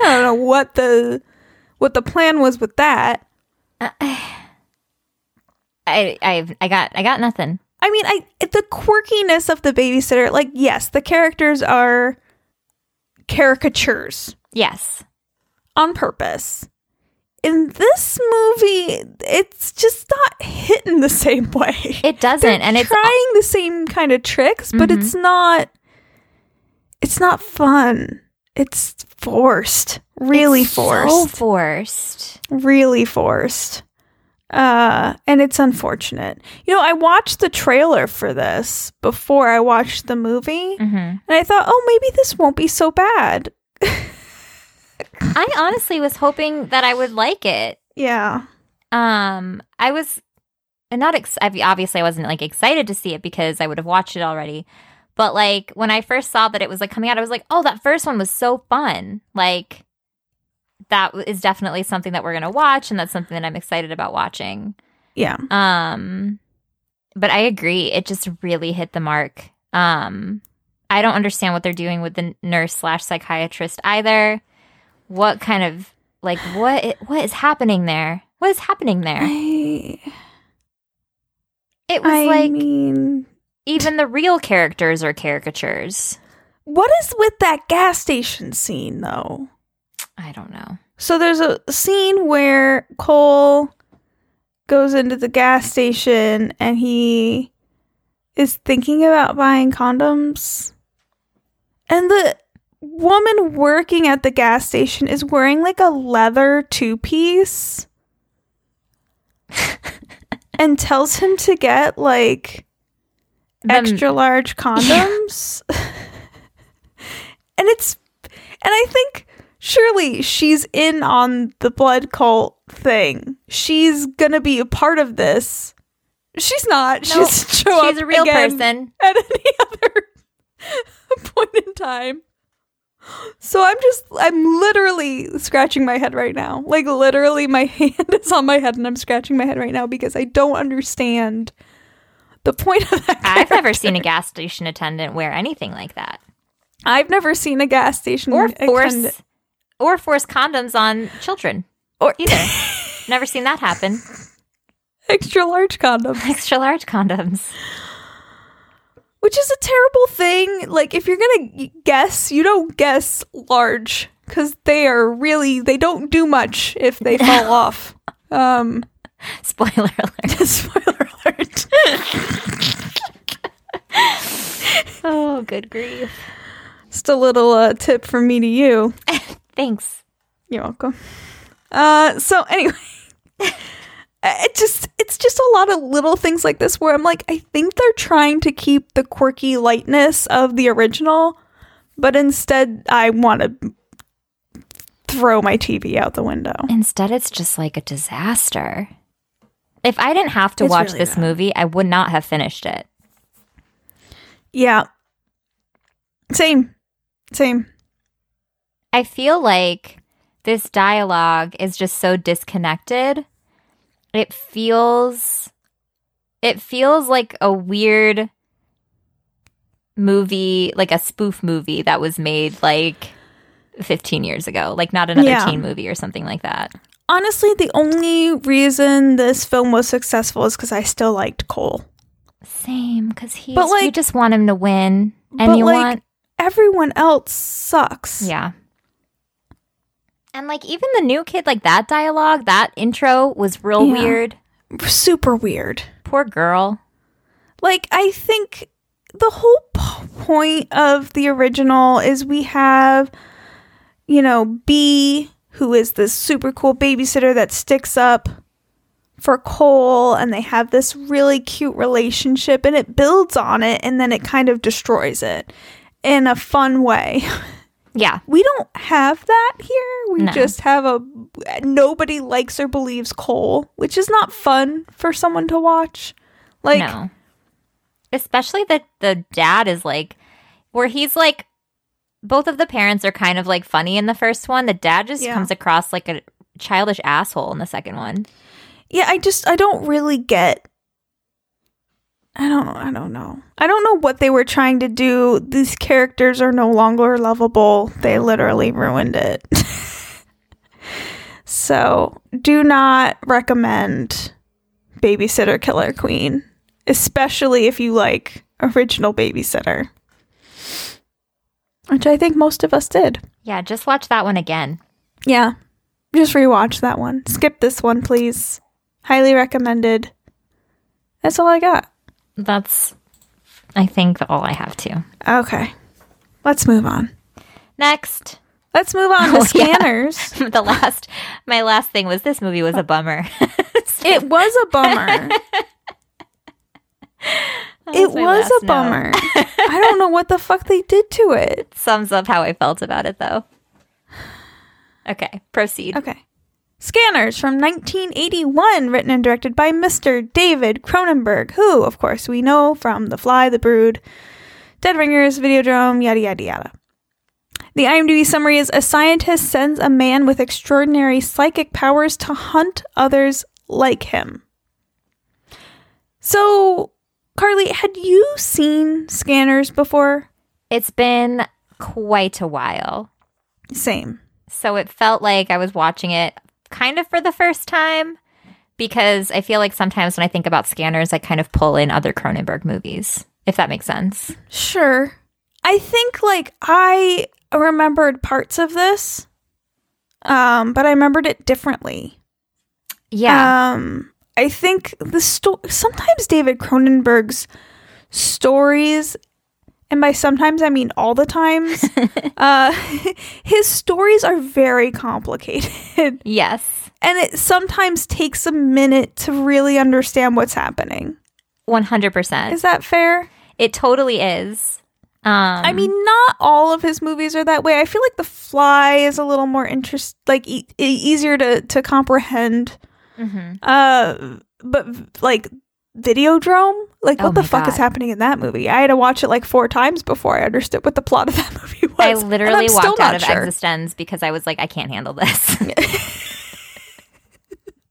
Speaker 2: I don't know what the what the plan was with that.
Speaker 3: I I I got I got nothing.
Speaker 2: I mean, I the quirkiness of the babysitter, like yes, the characters are caricatures
Speaker 3: Yes.
Speaker 2: on purpose. In this movie, it's just not hitting the same way.
Speaker 3: It doesn't and it's Mm-hmm.
Speaker 2: trying the same kind of tricks, but it's not it's not fun. It's forced. Really
Speaker 3: it's
Speaker 2: forced.
Speaker 3: So forced.
Speaker 2: really forced. Uh, and it's unfortunate. You know, I watched the trailer for this before I watched the movie, and
Speaker 3: hmm
Speaker 2: I thought, oh, maybe this won't be so bad.
Speaker 3: I honestly was hoping that I would like it.
Speaker 2: Yeah.
Speaker 3: Um, I was not ex- I- obviously I wasn't like excited to see it because I would have watched it already. But like when I first saw that it was like coming out, I was like, "Oh, that first one was so fun!" Like that w- is definitely something that we're gonna watch, and that's something that I'm excited about watching.
Speaker 2: Yeah.
Speaker 3: Um, but I agree, it just really hit the mark. Um, I don't understand what they're doing with the n- nurse slash psychiatrist either. What kind of like what i- what is happening there? What is happening there?
Speaker 2: I,
Speaker 3: It was
Speaker 2: I
Speaker 3: like
Speaker 2: mean,
Speaker 3: even the real characters are caricatures.
Speaker 2: what is with that gas station scene, though?
Speaker 3: I don't know.
Speaker 2: So there's a scene where Cole goes into the gas station and he is thinking about buying condoms. And the woman working at the gas station is wearing like a leather two piece and tells him to get like
Speaker 3: The-
Speaker 2: extra large condoms. and it's and I think surely she's in on the blood cult thing. She's going to be a part of this. She's not.
Speaker 3: No,
Speaker 2: she's show
Speaker 3: she's
Speaker 2: up
Speaker 3: a real
Speaker 2: again
Speaker 3: person.
Speaker 2: at any other point in time. So I'm just I'm literally scratching my head right now. Like literally my hand is on my head and I'm scratching my head right now because I don't understand the point of that.
Speaker 3: I've never
Speaker 2: character.
Speaker 3: seen a gas station attendant wear anything like that,
Speaker 2: I've never seen Mm, a gas station
Speaker 3: or force,
Speaker 2: attendant-
Speaker 3: or force condoms on children
Speaker 2: or
Speaker 3: either. never seen that happen.
Speaker 2: extra large condom,
Speaker 3: Extra large condoms.
Speaker 2: which is a terrible thing. Like if you're going to guess, you don't guess large cuz they are really they don't do much if they fall off. Um
Speaker 3: Spoiler alert.
Speaker 2: Spoiler alert.
Speaker 3: Oh, good grief.
Speaker 2: Just a little uh, tip from me to you.
Speaker 3: Thanks.
Speaker 2: You're welcome. Uh, so anyway, it just it's just a lot of little things like this where I'm like, I think they're trying to keep the quirky lightness of the original, but instead I want to throw my TV out the window.
Speaker 3: Instead, it's just like a disaster. If I didn't have to
Speaker 2: It's
Speaker 3: watch
Speaker 2: really
Speaker 3: this
Speaker 2: bad.
Speaker 3: movie, I would not have finished it.
Speaker 2: Yeah. Same. Same.
Speaker 3: I feel like this dialogue is just so disconnected. It feels it feels like a weird movie, like a spoof movie that was made like 15 years ago, like not another
Speaker 2: Yeah.
Speaker 3: teen movie or something like that.
Speaker 2: Honestly, the only reason this film was successful is because I still liked Cole.
Speaker 3: Same, because he's
Speaker 2: But,
Speaker 3: you
Speaker 2: like-
Speaker 3: just want him to win, and
Speaker 2: but,
Speaker 3: you
Speaker 2: like,
Speaker 3: want
Speaker 2: everyone else sucks.
Speaker 3: yeah. And like even the new kid, like that dialogue, that intro was real
Speaker 2: Yeah.
Speaker 3: weird.
Speaker 2: Super weird.
Speaker 3: Poor girl.
Speaker 2: Like, I think the whole p- point of the original is we have, you know, B, who is this super cool babysitter that sticks up for Cole, and they have this really cute relationship, and it builds on it, and then it kind of destroys it in a fun way.
Speaker 3: Yeah.
Speaker 2: we don't have that here. We
Speaker 3: No.
Speaker 2: just have a nobody likes or believes Cole, which is not fun for someone to watch. Like,
Speaker 3: no. Especially that the dad is like, where he's like, both of the parents are kind of like funny in the first one. The dad just
Speaker 2: Yeah.
Speaker 3: comes across like a childish asshole in the second one.
Speaker 2: yeah, I just I don't really get. I don't I don't know. I don't know what they were trying to do. These characters are no longer lovable. They literally ruined it. so, do not recommend Babysitter Killer Queen, especially if you like original Babysitter. Which I think most of us did.
Speaker 3: Yeah, just watch that one again.
Speaker 2: Yeah. Just rewatch that one. Skip this one, please. Highly recommended. That's all I got.
Speaker 3: That's, I think, all I have to.
Speaker 2: Okay. Let's move on.
Speaker 3: Next,
Speaker 2: Let's move on to
Speaker 3: Oh, yeah.
Speaker 2: scanners.
Speaker 3: the last, my last thing was this movie was a bummer.
Speaker 2: It was a bummer. it
Speaker 3: was my
Speaker 2: was
Speaker 3: last note.
Speaker 2: a bummer. I don't know what the fuck they did to it.
Speaker 3: Sums up how I felt about it, though. Okay, proceed.
Speaker 2: Okay. Scanners from 1981, written and directed by Mr. David Cronenberg, who, of course, we know from The Fly, The Brood, Dead Ringers, Videodrome, yada, yada, yada. The IMDb summary is A scientist sends a man with extraordinary psychic powers to hunt others like him. So, Carly, had you seen scanners before?
Speaker 3: It's been quite a while.
Speaker 2: Same.
Speaker 3: So it felt like I was watching it kind of for the first time because I feel like sometimes when I think about scanners, I kind of pull in other Cronenberg movies, if that makes sense.
Speaker 2: Sure. I think like I remembered parts of this. um, but I remembered it differently.
Speaker 3: Yeah.
Speaker 2: Um, I think the sto- sometimes David Cronenberg's stories, and by sometimes I mean all the times, uh, his stories are very complicated,
Speaker 3: yes.
Speaker 2: and it sometimes takes a minute to really understand what's happening.
Speaker 3: 100%.
Speaker 2: Is that fair?
Speaker 3: it totally is. Um,
Speaker 2: I mean, not all of his movies are that way. I feel like The Fly is a little more interest, like e- e- easier to to comprehend.
Speaker 3: mhm.
Speaker 2: Uh, but like Videodrome, like
Speaker 3: Oh
Speaker 2: what the
Speaker 3: my
Speaker 2: fuck is
Speaker 3: God.
Speaker 2: happening in that movie? I had to watch it like four times before I understood what the plot of that movie was.
Speaker 3: I
Speaker 2: and I'm
Speaker 3: literally
Speaker 2: still
Speaker 3: walked
Speaker 2: not
Speaker 3: out of Existence because I was like, I can't handle this.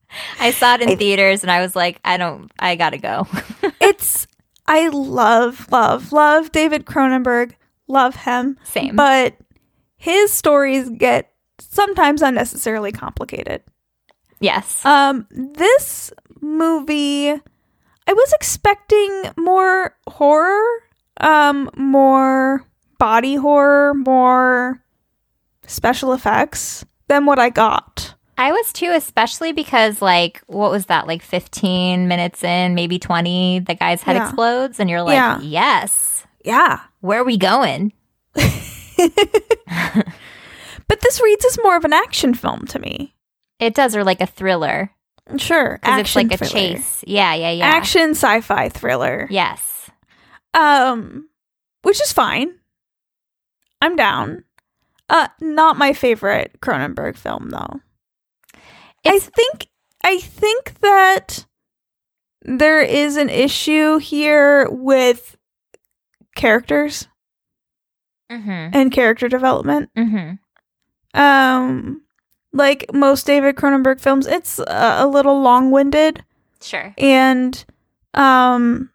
Speaker 3: I saw it in theaters and I was like, I don't, I gotta go.
Speaker 2: It's I love, love, love David Cronenberg. Love him,
Speaker 3: Same.
Speaker 2: but his stories get sometimes unnecessarily complicated.
Speaker 3: yes.
Speaker 2: Um, this movie, I was expecting more horror, um, more body horror, more special effects than what I got.
Speaker 3: I was too, especially because, like, what was that, like 15 minutes in, maybe 20, the guy's head
Speaker 2: Yeah.
Speaker 3: explodes and you're like,
Speaker 2: Yeah.
Speaker 3: yes,
Speaker 2: Yeah,
Speaker 3: where are we going?
Speaker 2: but this reads as more of an action film to me.
Speaker 3: It does, or like a thriller.
Speaker 2: Sure,
Speaker 3: Because it's like a
Speaker 2: thriller.
Speaker 3: chase. Yeah, yeah, yeah.
Speaker 2: action sci-fi thriller.
Speaker 3: Yes.
Speaker 2: Um, which is fine. I'm down. Uh, not my favorite Cronenberg film though.
Speaker 3: It's-
Speaker 2: I think I think that there is an issue here with characters
Speaker 3: Mm
Speaker 2: and character development.
Speaker 3: hmm. Mm
Speaker 2: Um, like most David Cronenberg films, it's uh, a little long-winded
Speaker 3: hmm. Sure.
Speaker 2: and um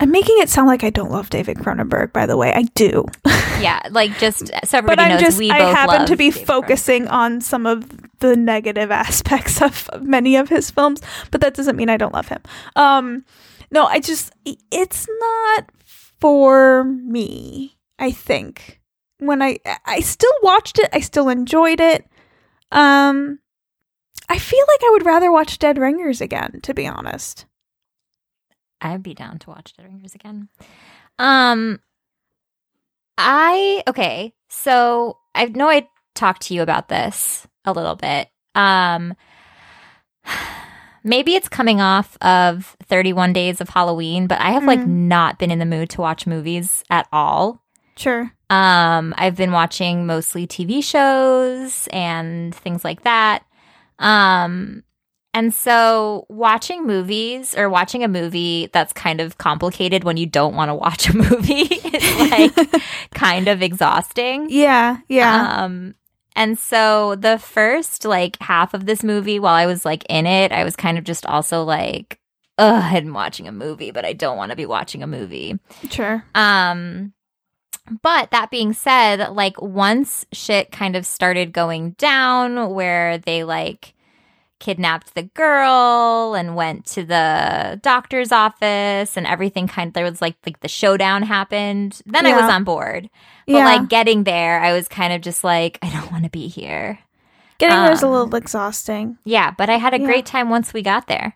Speaker 2: I'm making it sound like I don't love David Cronenberg, by the way. I do.
Speaker 3: Yeah. Like, just uh, so everybody
Speaker 2: but I'm
Speaker 3: knows
Speaker 2: just
Speaker 3: we
Speaker 2: I
Speaker 3: both
Speaker 2: happen
Speaker 3: love
Speaker 2: to be
Speaker 3: Dave Grohl.
Speaker 2: focusing on some of the negative aspects of many of his films, but that doesn't mean I don't love him. Um no, I just it's not for me, I think. When I I still watched it, I still enjoyed it. Um I feel like I would rather watch Dead Ringers again, to be honest.
Speaker 3: I'd be down to watch Dead Ringers again. Um, I okay. So I know I talked to you about this a little bit. Um, maybe it's coming off of 31 days of Halloween, but I have like
Speaker 2: Mhm.
Speaker 3: not been in the mood to watch movies at all.
Speaker 2: Sure.
Speaker 3: Um, I've been watching mostly TV shows and things like that. Um, and so watching movies or watching a movie that's kind of complicated when you don't want to watch a movie is like kind of exhausting.
Speaker 2: Yeah, yeah.
Speaker 3: Um, and so the first like half of this movie, while I was like in it, I was kind of just also like, ugh, I'm watching a movie, but I don't want to be watching a movie.
Speaker 2: sure.
Speaker 3: Um but that being said, like once shit kind of started going down where they like kidnapped the girl and went to the doctor's office and everything kind of there was like like the showdown happened, then I was
Speaker 2: Yeah.
Speaker 3: on board. But
Speaker 2: yeah.
Speaker 3: like getting there, I was kind of just like I don't want to be here.
Speaker 2: Getting there is a
Speaker 3: um,
Speaker 2: little exhausting.
Speaker 3: Yeah, but I had a
Speaker 2: Yeah.
Speaker 3: great time once we got there.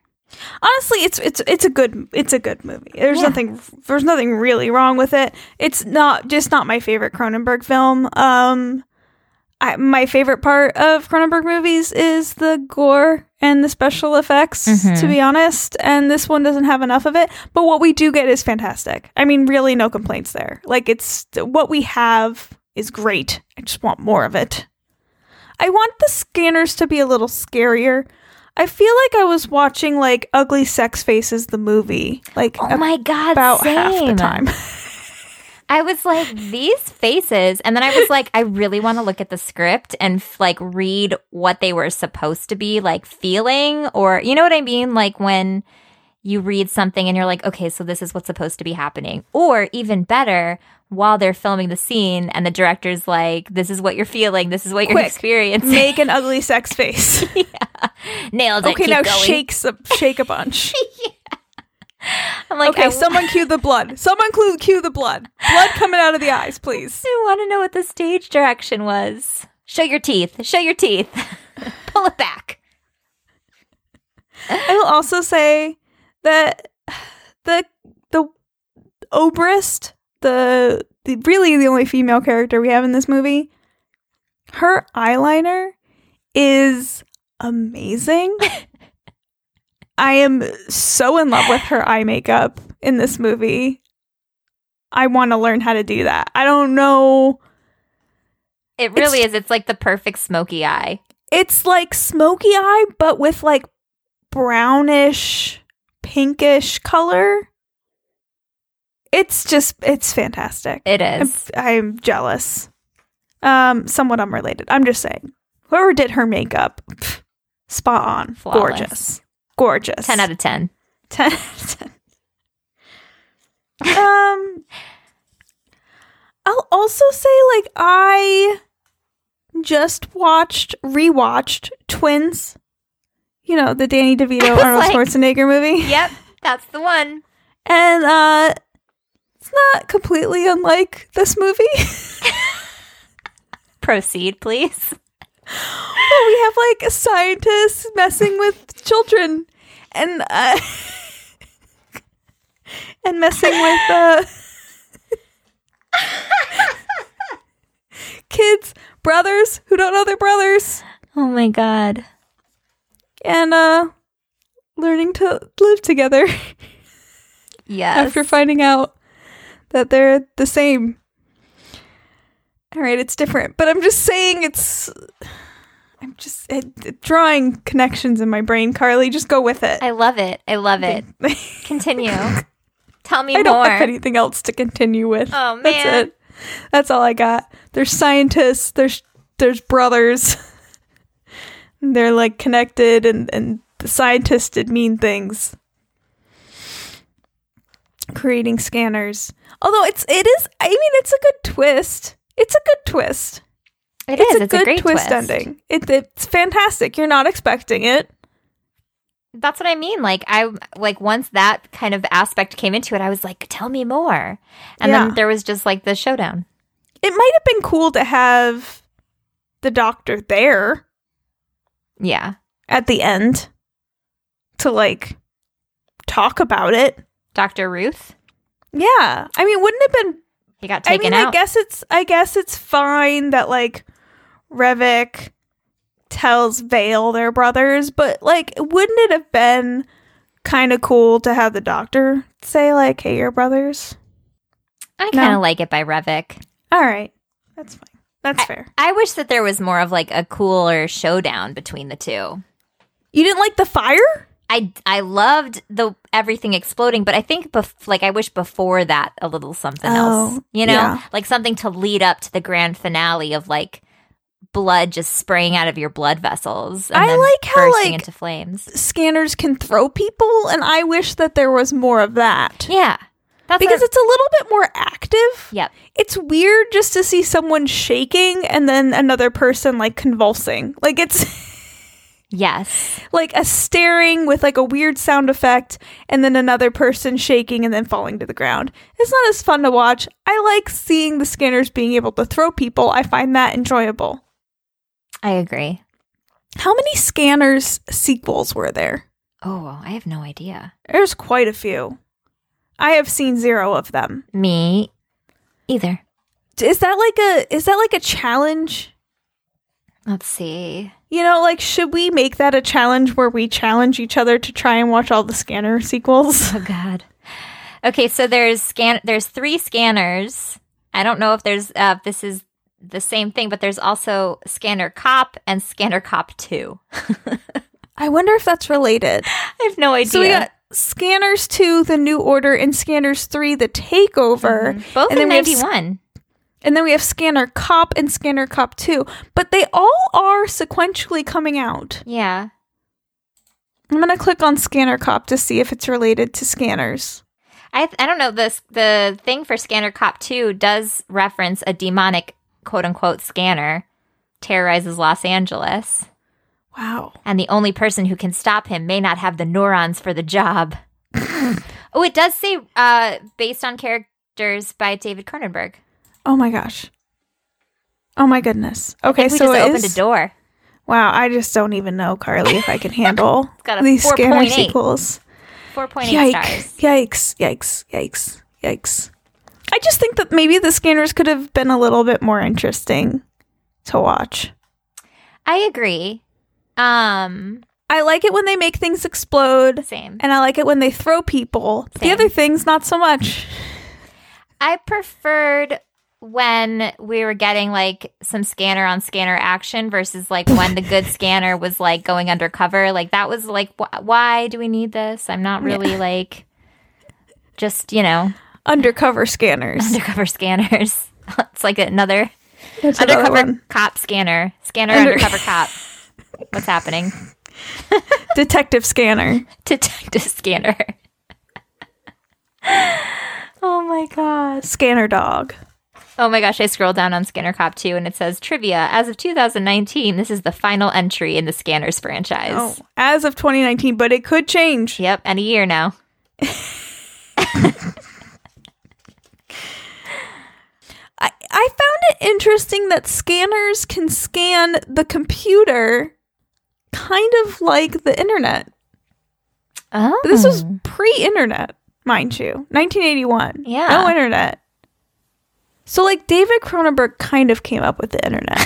Speaker 2: Honestly, it's it's it's a good it's a good movie. There's
Speaker 3: Yeah.
Speaker 2: nothing there's nothing really wrong with it. It's not just not my favorite Cronenberg film. Um I, my favorite part of Cronenberg movies is the gore and the special effects,
Speaker 3: Mhm.
Speaker 2: to be honest, and this one doesn't have enough of it, but what we do get is fantastic. I mean, really no complaints there. Like it's what we have is great. I just want more of it. I want the scanners to be a little scarier. I feel like I was watching like Ugly Sex Faces the movie, like
Speaker 3: Oh my god,
Speaker 2: about
Speaker 3: same.
Speaker 2: half the time.
Speaker 3: I was like, these faces. And then I was like, I really want to look at the script and f- like read what they were supposed to be like feeling, or you know what I mean? Like when you read something and you're like, okay, so this is what's supposed to be happening. Or even better, while they're filming the scene and the director's like, this is what you're feeling, this is what you're
Speaker 2: Quick.
Speaker 3: experiencing.
Speaker 2: Make an ugly sex face.
Speaker 3: Nailed it.
Speaker 2: okay,
Speaker 3: keep
Speaker 2: now
Speaker 3: going.
Speaker 2: shake some, shake a bunch.
Speaker 3: I'm like,
Speaker 2: okay,
Speaker 3: I,
Speaker 2: someone cue the blood. Someone cue, cue the blood. Blood coming out of the eyes, please.
Speaker 3: I want to know what the stage direction was. Show your teeth. Show your teeth. Pull it back.
Speaker 2: I will also say that the the Obrist, the, the really the only female character we have in this movie, her eyeliner is amazing. I am so in love with her eye makeup in this movie. I want to learn how to do that. I don't know.
Speaker 3: It really is. It's like the perfect smoky eye.
Speaker 2: It's like smoky eye, but with like brownish, pinkish color. It's just, it's fantastic.
Speaker 3: It
Speaker 2: I'm,
Speaker 3: is.
Speaker 2: I'm jealous. Um, somewhat unrelated. I'm just saying. Whoever did her makeup, pff, spot on.
Speaker 3: Flawless.
Speaker 2: Gorgeous. Gorgeous.
Speaker 3: 10 out of 10.
Speaker 2: 10 out of 10. um, I'll also say, like, I just watched, rewatched Twins. You know, the Danny DeVito,
Speaker 3: was
Speaker 2: Arnold
Speaker 3: like-
Speaker 2: Schwarzenegger movie.
Speaker 3: Yep. That's the one.
Speaker 2: And uh, it's not completely unlike this movie.
Speaker 3: Proceed, please.
Speaker 2: but we have like scientists messing with children and uh, and messing with uh, kids brothers who don't know their brothers
Speaker 3: Oh my God.
Speaker 2: and uh learning to live together
Speaker 3: Yes.
Speaker 2: after finding out that they're the same all right it's different but i'm just saying it's i'm just it, it- drawing connections in my brain carly just go with it
Speaker 3: I love it. I love it.
Speaker 2: I
Speaker 3: Continue. Tell me
Speaker 2: don't
Speaker 3: more.
Speaker 2: have anything else to continue with.
Speaker 3: Oh, man.
Speaker 2: That's it. That's all I got. There's scientists, there's there's brothers. And They're like connected and and the scientists did mean things. Creating scanners. Although it's it is I mean it's a good twist. It's a good twist.
Speaker 3: It
Speaker 2: it's
Speaker 3: is.
Speaker 2: a
Speaker 3: it's
Speaker 2: good
Speaker 3: a great
Speaker 2: twist, ending. It, it's fantastic. You're not expecting it.
Speaker 3: That's what I mean. Like I like once that kind of aspect came into it, I was like, "Tell me more." And
Speaker 2: Yeah.
Speaker 3: then there was just like the showdown.
Speaker 2: It might have been cool to have the doctor there.
Speaker 3: Yeah.
Speaker 2: at the end to like talk about it.
Speaker 3: Dr. Ruth,
Speaker 2: Yeah. I mean, wouldn't it have been
Speaker 3: he got
Speaker 2: I
Speaker 3: taken
Speaker 2: mean,
Speaker 3: out.
Speaker 2: I guess it's I guess it's fine that like Revik tells Vale they're brothers, but like wouldn't it have been kind of cool to have the doctor say like, "Hey, you're brothers."
Speaker 3: I kind of
Speaker 2: No.
Speaker 3: like it by Revik.
Speaker 2: All right. That's fine. That's fair.
Speaker 3: I wish that there was more of like a cooler showdown between the two.
Speaker 2: You didn't like the fire?
Speaker 3: I I loved the everything exploding, but I think bef- like I wish before that a little something else,
Speaker 2: Oh,
Speaker 3: you know,
Speaker 2: yeah.
Speaker 3: like something to lead up to the grand finale of like blood just spraying out of your blood vessels. And
Speaker 2: I
Speaker 3: then
Speaker 2: like how,
Speaker 3: bursting
Speaker 2: like-
Speaker 3: into flames.
Speaker 2: Scanners can throw people and I wish that there was more of that.
Speaker 3: Yeah, that's
Speaker 2: Because
Speaker 3: a-
Speaker 2: it's a little bit more active.
Speaker 3: yep.
Speaker 2: it's weird just to see someone shaking and then another person like convulsing. Like it's
Speaker 3: Yes,
Speaker 2: like a staring with like a weird sound effect and then another person shaking and then falling to the ground. It's not as fun to watch. I like seeing the scanners being able to throw people. I find that enjoyable.
Speaker 3: I agree.
Speaker 2: How many scanners sequels were there?
Speaker 3: Oh, I have no idea.
Speaker 2: There's quite a few. I have seen zero of them.
Speaker 3: Me either.
Speaker 2: Is that like a is that like a challenge?
Speaker 3: Let's see.
Speaker 2: You know, like, should we make that a challenge where we challenge each other to try and watch all the scanner sequels?
Speaker 3: Oh God. Okay, so there's scan. There's three scanners. I don't know if there's uh, if this is the same thing, but there's also Scanner Cop and Scanner Cop Two.
Speaker 2: I wonder if that's related.
Speaker 3: I have no idea.
Speaker 2: So we got Scanners 2, The New Order, and Scanners 3, The Takeover.
Speaker 3: Mm-hmm. both
Speaker 2: and
Speaker 3: in
Speaker 2: then we
Speaker 3: ninety
Speaker 2: have
Speaker 3: one.
Speaker 2: And then we have Scanner Cop and Scanner Cop 2. But they all are sequentially coming out.
Speaker 3: Yeah.
Speaker 2: I'm going to click on Scanner Cop to see if it's related to scanners.
Speaker 3: I I don't know this. The thing for Scanner Cop Two does reference a demonic quote unquote scanner terrorizes Los Angeles,
Speaker 2: Wow.
Speaker 3: and the only person who can stop him may not have the neurons for the job. oh, it does say uh, based on characters by David Cronenberg.
Speaker 2: Oh my gosh. Oh my goodness. Okay,
Speaker 3: we
Speaker 2: so
Speaker 3: just
Speaker 2: it
Speaker 3: opened
Speaker 2: is-
Speaker 3: a door.
Speaker 2: Wow, I just don't even know, Carly, if I can handle
Speaker 3: got a
Speaker 2: these scanner
Speaker 3: 4.8.
Speaker 2: sequels.
Speaker 3: Four point eight
Speaker 2: Yikes!
Speaker 3: stars.
Speaker 2: Yikes! Yikes! Yikes! Yikes! I just think that maybe the scanners could have been a little bit more interesting to watch.
Speaker 3: I agree. Um,
Speaker 2: I like it when they make things explode,
Speaker 3: same.
Speaker 2: and I like it when they throw people. The
Speaker 3: Same.
Speaker 2: other things, not so much.
Speaker 3: I preferred when we were getting like some scanner on scanner action versus like when the good scanner was like going undercover. Like that was like, wh- why do we need this? I'm not really like just you know
Speaker 2: Undercover scanners.
Speaker 3: undercover scanners. it's like another
Speaker 2: That's another
Speaker 3: undercover
Speaker 2: one.
Speaker 3: cop scanner scanner
Speaker 2: Under-
Speaker 3: undercover cop. What's happening?
Speaker 2: detective scanner.
Speaker 3: Detective scanner. oh my god.
Speaker 2: Scanner dog.
Speaker 3: Oh my gosh, I scrolled down on Scanner Cop 2 and it says trivia. As of 2019, this is the final entry in the Scanners franchise.
Speaker 2: Oh, as of 2019, but it could change.
Speaker 3: Yep, and a year now.
Speaker 2: I, I found it interesting that scanners can scan the computer kind of like the internet.
Speaker 3: Oh.
Speaker 2: But This was pre internet, mind you. 1981.
Speaker 3: Yeah.
Speaker 2: No internet. So, like, David Cronenberg kind of came up with the internet.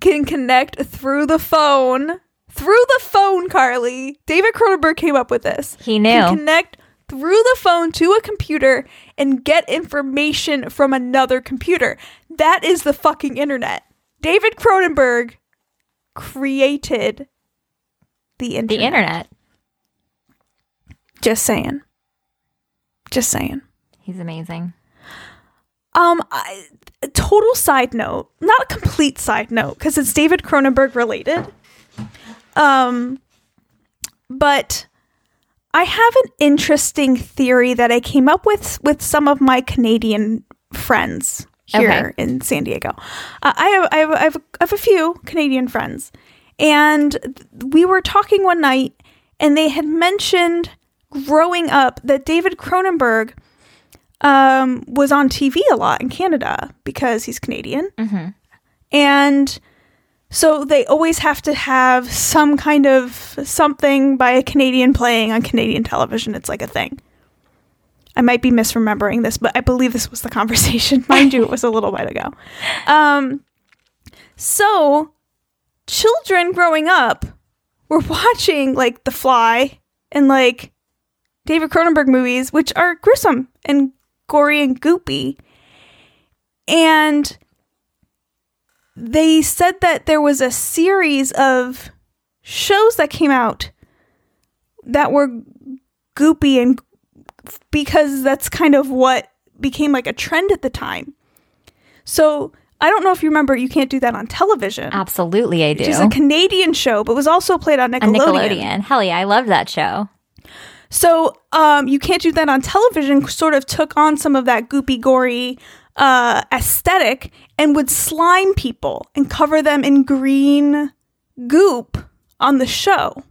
Speaker 2: Can connect through the phone. Through the phone, Carly. David Cronenberg came up with this
Speaker 3: He knew.
Speaker 2: can connect through the phone to a computer and get information from another computer. That is the fucking internet. David Cronenberg created the internet.
Speaker 3: the internet.
Speaker 2: Just saying. Just saying.
Speaker 3: He's amazing.
Speaker 2: Um, I, a total side note, not a complete side note, because it's David Cronenberg related. Um, but I have an interesting theory that I came up with with some of my Canadian friends here in San Diego. Uh, I have I have, I have I have a few Canadian friends, and we were talking one night, and they had mentioned growing up that David Cronenberg um, was on TV a lot in Canada because he's Canadian. And so they always have to have some kind of something by a Canadian playing on Canadian television. It's like a thing. I might be misremembering this, but I believe this was the conversation. Mind you, it was a little while ago. Um, so, children growing up were watching like The Fly and like David Cronenberg movies, which are gruesome and gory and goopy. And they said that there was a series of shows that came out that were goopy and because that's kind of what became like a trend at the time. So I don't know if you remember, you can't do that on television.
Speaker 3: Absolutely, I do.
Speaker 2: Which is a Canadian show, but was also played on
Speaker 3: on
Speaker 2: Nickelodeon.
Speaker 3: Nickelodeon. Hell yeah, I loved that show.
Speaker 2: So um, you can't do that on television. Sort of took on some of that goopy, gory uh, aesthetic and would slime people and cover them in green goop on the show,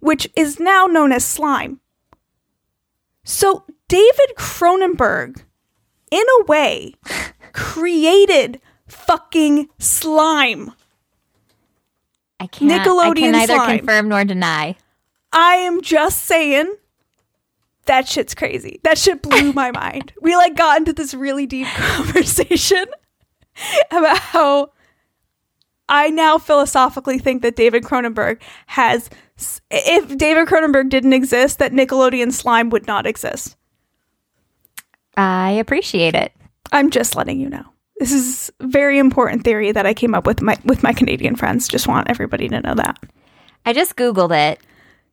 Speaker 2: which is now known as slime. So David Cronenberg, in a way, created fucking slime.
Speaker 3: I can't. I
Speaker 2: Nickelodeon
Speaker 3: can neither
Speaker 2: slime.
Speaker 3: confirm nor deny.
Speaker 2: I am just saying that shit's crazy. That shit blew my mind. We like got into this really deep conversation about how I now philosophically think that David Cronenberg has s- if David Cronenberg didn't exist that Nickelodeon slime would not exist.
Speaker 3: I appreciate it.
Speaker 2: I'm just letting you know. This is a very important theory that I came up with my with my Canadian friends. Just want everybody to know that.
Speaker 3: I just Googled it.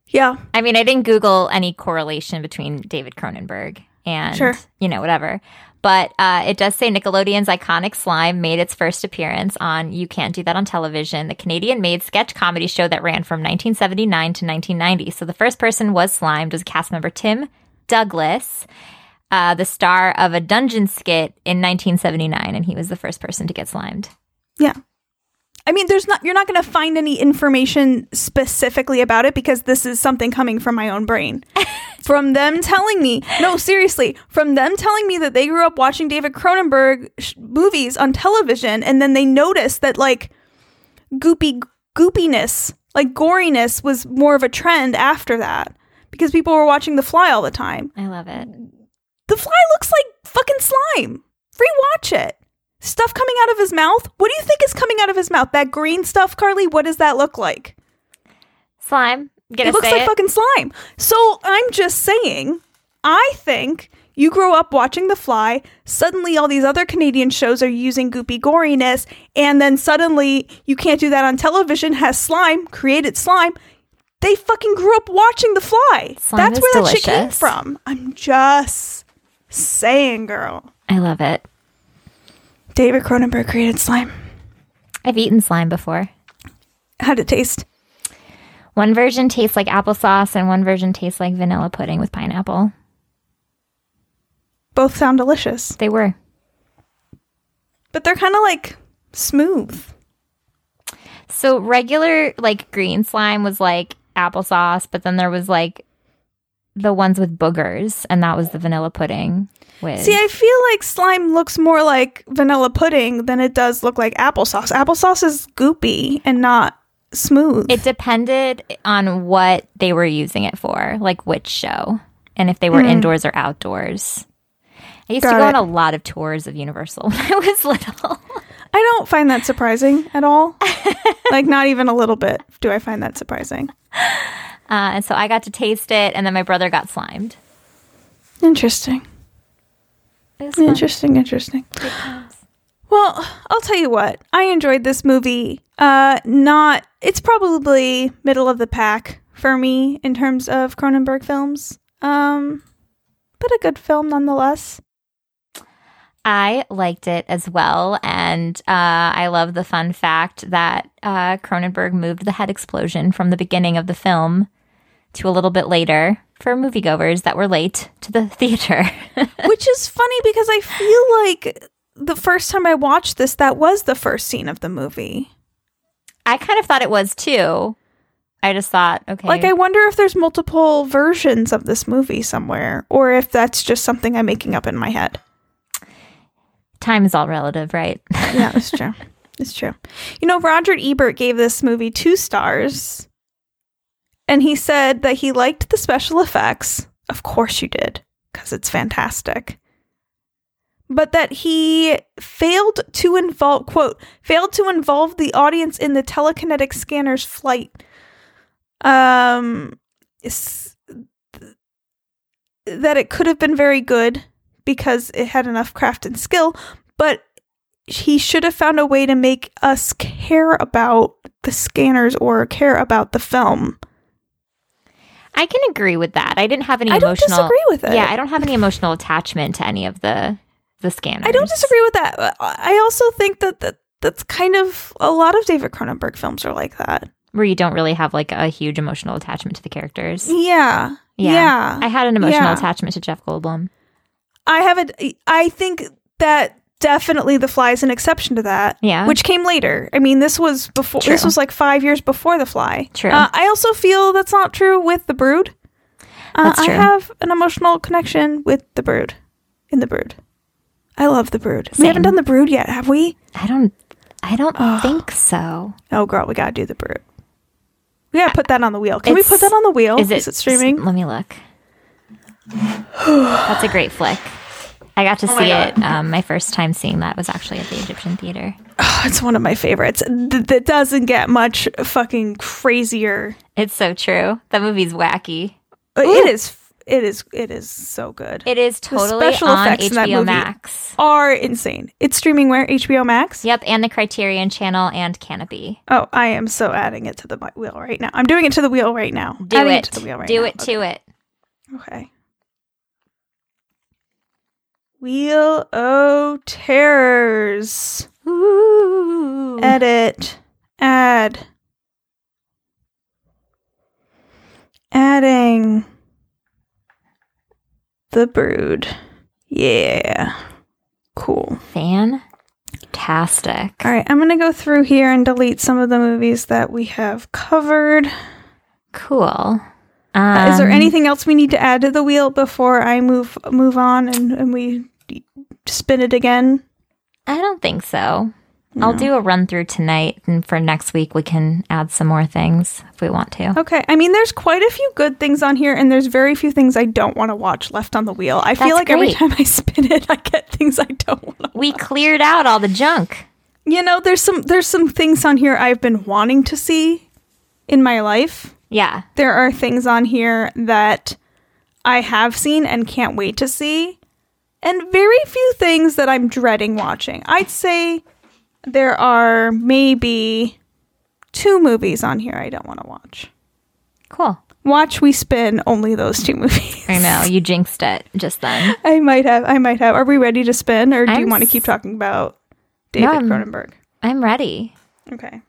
Speaker 2: Yeah.
Speaker 3: I mean, I didn't Google any correlation between David Cronenberg and,
Speaker 2: Sure.
Speaker 3: you know, whatever. But uh, it does say Nickelodeon's iconic slime made its first appearance on You Can't Do That on Television, the Canadian made sketch comedy show that ran from 1979 to 1990. So the first person was slimed was cast member Tim Douglas, uh, the star of a dungeon skit in 1979, and he was the first person to get slimed.
Speaker 2: Yeah. I mean, there's not you're not going to find any information specifically about it because this is something coming from my own brain. from them telling me, no, seriously, from them telling me that they grew up watching David Cronenberg sh- movies on television and then they noticed that like goopy goopiness, like goriness was more of a trend after that because people were watching The Fly all the time.
Speaker 3: I love it.
Speaker 2: The fly looks like fucking slime. Rewatch it. Stuff coming out of his mouth. What do you think is coming out of his mouth? That green stuff, Carly. What does that look like?
Speaker 3: Slime. Gonna
Speaker 2: it looks
Speaker 3: say
Speaker 2: like
Speaker 3: it.
Speaker 2: fucking slime. So I'm just saying. I think you grow up watching The Fly. Suddenly, all these other Canadian shows are using goopy goriness, and then suddenly you can't do that on television. Has slime created slime? They fucking grew up watching The Fly.
Speaker 3: Slime
Speaker 2: That's
Speaker 3: is
Speaker 2: where that shit came
Speaker 3: delicious.
Speaker 2: from. I'm just saying, girl.
Speaker 3: I love it.
Speaker 2: David Cronenberg created slime.
Speaker 3: I've eaten slime before.
Speaker 2: How'd it taste?
Speaker 3: One version tastes like applesauce, and one version tastes like vanilla pudding with pineapple.
Speaker 2: Both sound delicious,
Speaker 3: They were.
Speaker 2: but they're kind of like smooth.
Speaker 3: So regular like green slime was like applesauce, but then there was like the ones with boogers, and that was the vanilla pudding with
Speaker 2: See, I feel like slime looks more like vanilla pudding than it does look like applesauce. Applesauce is goopy and not smooth.
Speaker 3: It depended on what they were using it for, like which show, and if they were indoors or outdoors. I used to
Speaker 2: Hmm. Got
Speaker 3: go
Speaker 2: it.
Speaker 3: on a lot of tours of Universal when I was little.
Speaker 2: I don't find that surprising at all. like, not even a little bit do I find that surprising.
Speaker 3: Uh, and so I got to taste it, and then my brother got slimed.
Speaker 2: Interesting.
Speaker 3: It was fun.
Speaker 2: Interesting, interesting. Well, I'll tell you what. I enjoyed this movie. Uh not it's probably middle of the pack for me in terms of Cronenberg films. Um but a good film nonetheless.
Speaker 3: I liked it as well, and uh, I love the fun fact that uh, Cronenberg moved the head explosion from the beginning of the film to a little bit later for moviegoers that were late to the theater.
Speaker 2: Which is funny because I feel like the first time I watched this that was the first scene of the movie.
Speaker 3: I kind of thought it was too. I just thought, okay,
Speaker 2: Like I wonder if there's multiple versions of this movie somewhere or if that's just something I'm making up in my head.
Speaker 3: time is all relative, right?
Speaker 2: yeah, it's true. It's true. You know, Roger Ebert gave this movie two stars, and he said that he liked the special effects. Of course, you did, because it's fantastic. But that he failed to involve quote failed to involve the audience in the telekinetic scanner's flight. Um, s- th- that it could have been very good because it had enough craft and skill, but he should have found a way to make us care about the scanners or care about the film.
Speaker 3: I can agree with that. I didn't have any
Speaker 2: I don't
Speaker 3: emotional.
Speaker 2: disagree with it.
Speaker 3: Yeah, I don't have any emotional attachment to any of the the scanners.
Speaker 2: I don't disagree with that. Uh, I also think that, that that's kind of a lot of David Cronenberg films are like that.
Speaker 3: Where you don't really have like a huge emotional attachment to the characters.
Speaker 2: Yeah. Yeah.
Speaker 3: I had an emotional
Speaker 2: Yeah.
Speaker 3: attachment to Jeff Goldblum.
Speaker 2: I have a I think that definitely The Fly is an exception to that.
Speaker 3: Yeah.
Speaker 2: Which came later. I mean, this was before
Speaker 3: True.
Speaker 2: this was like 5 years before The Fly.
Speaker 3: True.
Speaker 2: Uh, I also feel that's not true with The Brood. Uh,
Speaker 3: That's true.
Speaker 2: I have an emotional connection with The Brood. In The Brood. I love The Brood. We
Speaker 3: Same.
Speaker 2: haven't done The Brood yet, have we?
Speaker 3: I don't. I don't think so.
Speaker 2: Oh girl, we got to do The Brood. We got to put that on the wheel. Can we put
Speaker 3: It's-
Speaker 2: that on the wheel?
Speaker 3: Is it,
Speaker 2: Oh, is it streaming?
Speaker 3: Let me look. That's a great flick. I got to see it. Um, my first time seeing that was actually at the Egyptian Theater.
Speaker 2: It's one of my favorites. Th- that doesn't get much fucking crazier
Speaker 3: It's so true. That movie's wacky.
Speaker 2: Uh, It is. It is. It is so good.
Speaker 3: It is totally
Speaker 2: special
Speaker 3: on
Speaker 2: effects in that
Speaker 3: HBO
Speaker 2: movie-
Speaker 3: Max.
Speaker 2: are insane. It's streaming where HBO Max.
Speaker 3: Yep, and the Criterion Channel and Canopy.
Speaker 2: Oh, I am so adding it to the mi- wheel right now. I'm doing it to the wheel right now.
Speaker 3: Do
Speaker 2: adding
Speaker 3: it.
Speaker 2: to the wheel right
Speaker 3: Do
Speaker 2: now.
Speaker 3: it to it.
Speaker 2: Okay. Wheel o terrors.
Speaker 3: Ooh.
Speaker 2: Eh. Edit. Add. Adding. The brood. Yeah. Cool.
Speaker 3: Fantastic. fantastic.
Speaker 2: All right, I'm going to go through here and delete some of the movies that we have covered.
Speaker 3: Cool.
Speaker 2: Uh, is there
Speaker 3: Um,
Speaker 2: anything else we need to add to the wheel before I move move on and, and we spin it again?
Speaker 3: I don't think so. I'll do a run through tonight, and for next week we can add some more things if we want to.
Speaker 2: Okay. I mean, there's quite a few good things on here, and there's very few things I don't want to watch left on the wheel. I feel
Speaker 3: That's
Speaker 2: like every
Speaker 3: great.
Speaker 2: time I spin it, I get things I don't want to.
Speaker 3: We cleared out all the junk.
Speaker 2: You know, there's some there's some things on here I've been wanting to see in my life.
Speaker 3: Yeah,
Speaker 2: There are things on here that I have seen and can't wait to see, and very few things that I'm dreading watching. I'd say there are maybe two movies on here I don't want to watch.
Speaker 3: cool.
Speaker 2: Watch we spin only those two movies.
Speaker 3: I know you jinxed it just then.
Speaker 2: I might have. I might have. Are we ready to spin, or do you
Speaker 3: I'm
Speaker 2: want to
Speaker 3: s-
Speaker 2: keep talking about David
Speaker 3: I'm-
Speaker 2: Cronenberg?
Speaker 3: I'm ready.
Speaker 2: Okay.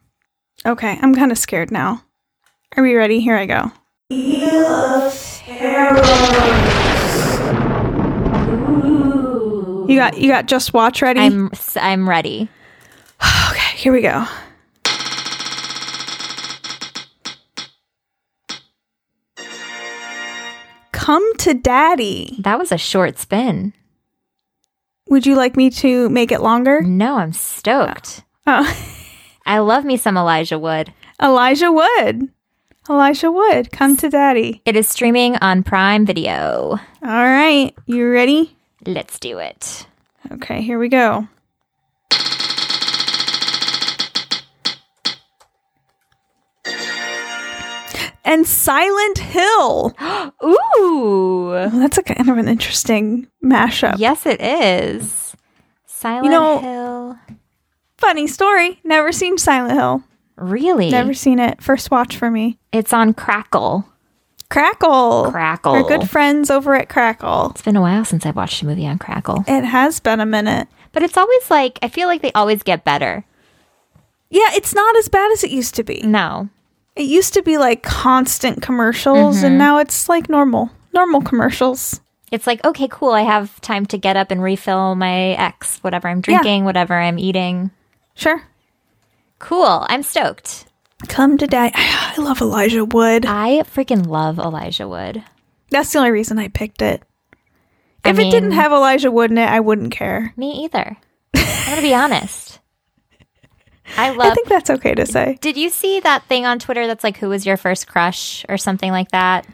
Speaker 2: Okay, I'm kind of scared now. Are we ready? Here I go. You got you got just watch ready.
Speaker 3: I'm s- I'm ready.
Speaker 2: okay, here we go. Come to daddy.
Speaker 3: That was a short spin.
Speaker 2: Would you like me to make it longer?
Speaker 3: No, I'm stoked.
Speaker 2: Oh.
Speaker 3: I love me some Elijah Wood.
Speaker 2: Elijah Wood. Elijah Wood, come to daddy.
Speaker 3: It is streaming on Prime Video.
Speaker 2: All right, you ready?
Speaker 3: Let's do it.
Speaker 2: Okay, here we go. And Silent Hill.
Speaker 3: Ooh.
Speaker 2: Well, that's a kind of an interesting mashup.
Speaker 3: Yes, it is. Silent
Speaker 2: know-
Speaker 3: Hill.
Speaker 2: Funny story. Never seen Silent Hill.
Speaker 3: Really?
Speaker 2: Never seen it. First watch for me.
Speaker 3: It's on Crackle.
Speaker 2: Crackle.
Speaker 3: Crackle.
Speaker 2: We're good friends over at Crackle.
Speaker 3: It's been a while since I've watched a movie on Crackle.
Speaker 2: It has been a minute.
Speaker 3: But it's always like, I feel like they always get better.
Speaker 2: Yeah, it's not as bad as it used to be.
Speaker 3: No.
Speaker 2: It used to be like constant commercials, and now it's like normal, normal commercials.
Speaker 3: It's like, okay, cool. I have time to get up and refill my X, whatever I'm drinking, whatever I'm eating.
Speaker 2: Sure.
Speaker 3: Cool. I'm stoked.
Speaker 2: Come to die. I love Elijah Wood.
Speaker 3: I freaking love Elijah Wood.
Speaker 2: That's the only reason I picked it.
Speaker 3: I
Speaker 2: If it didn't
Speaker 3: mean-
Speaker 2: have Elijah Wood in it, I wouldn't care.
Speaker 3: Me either. I'm going to be honest. I love.
Speaker 2: I think that's okay to say.
Speaker 3: Did you see that thing on Twitter that's like, who was your first crush or something like that?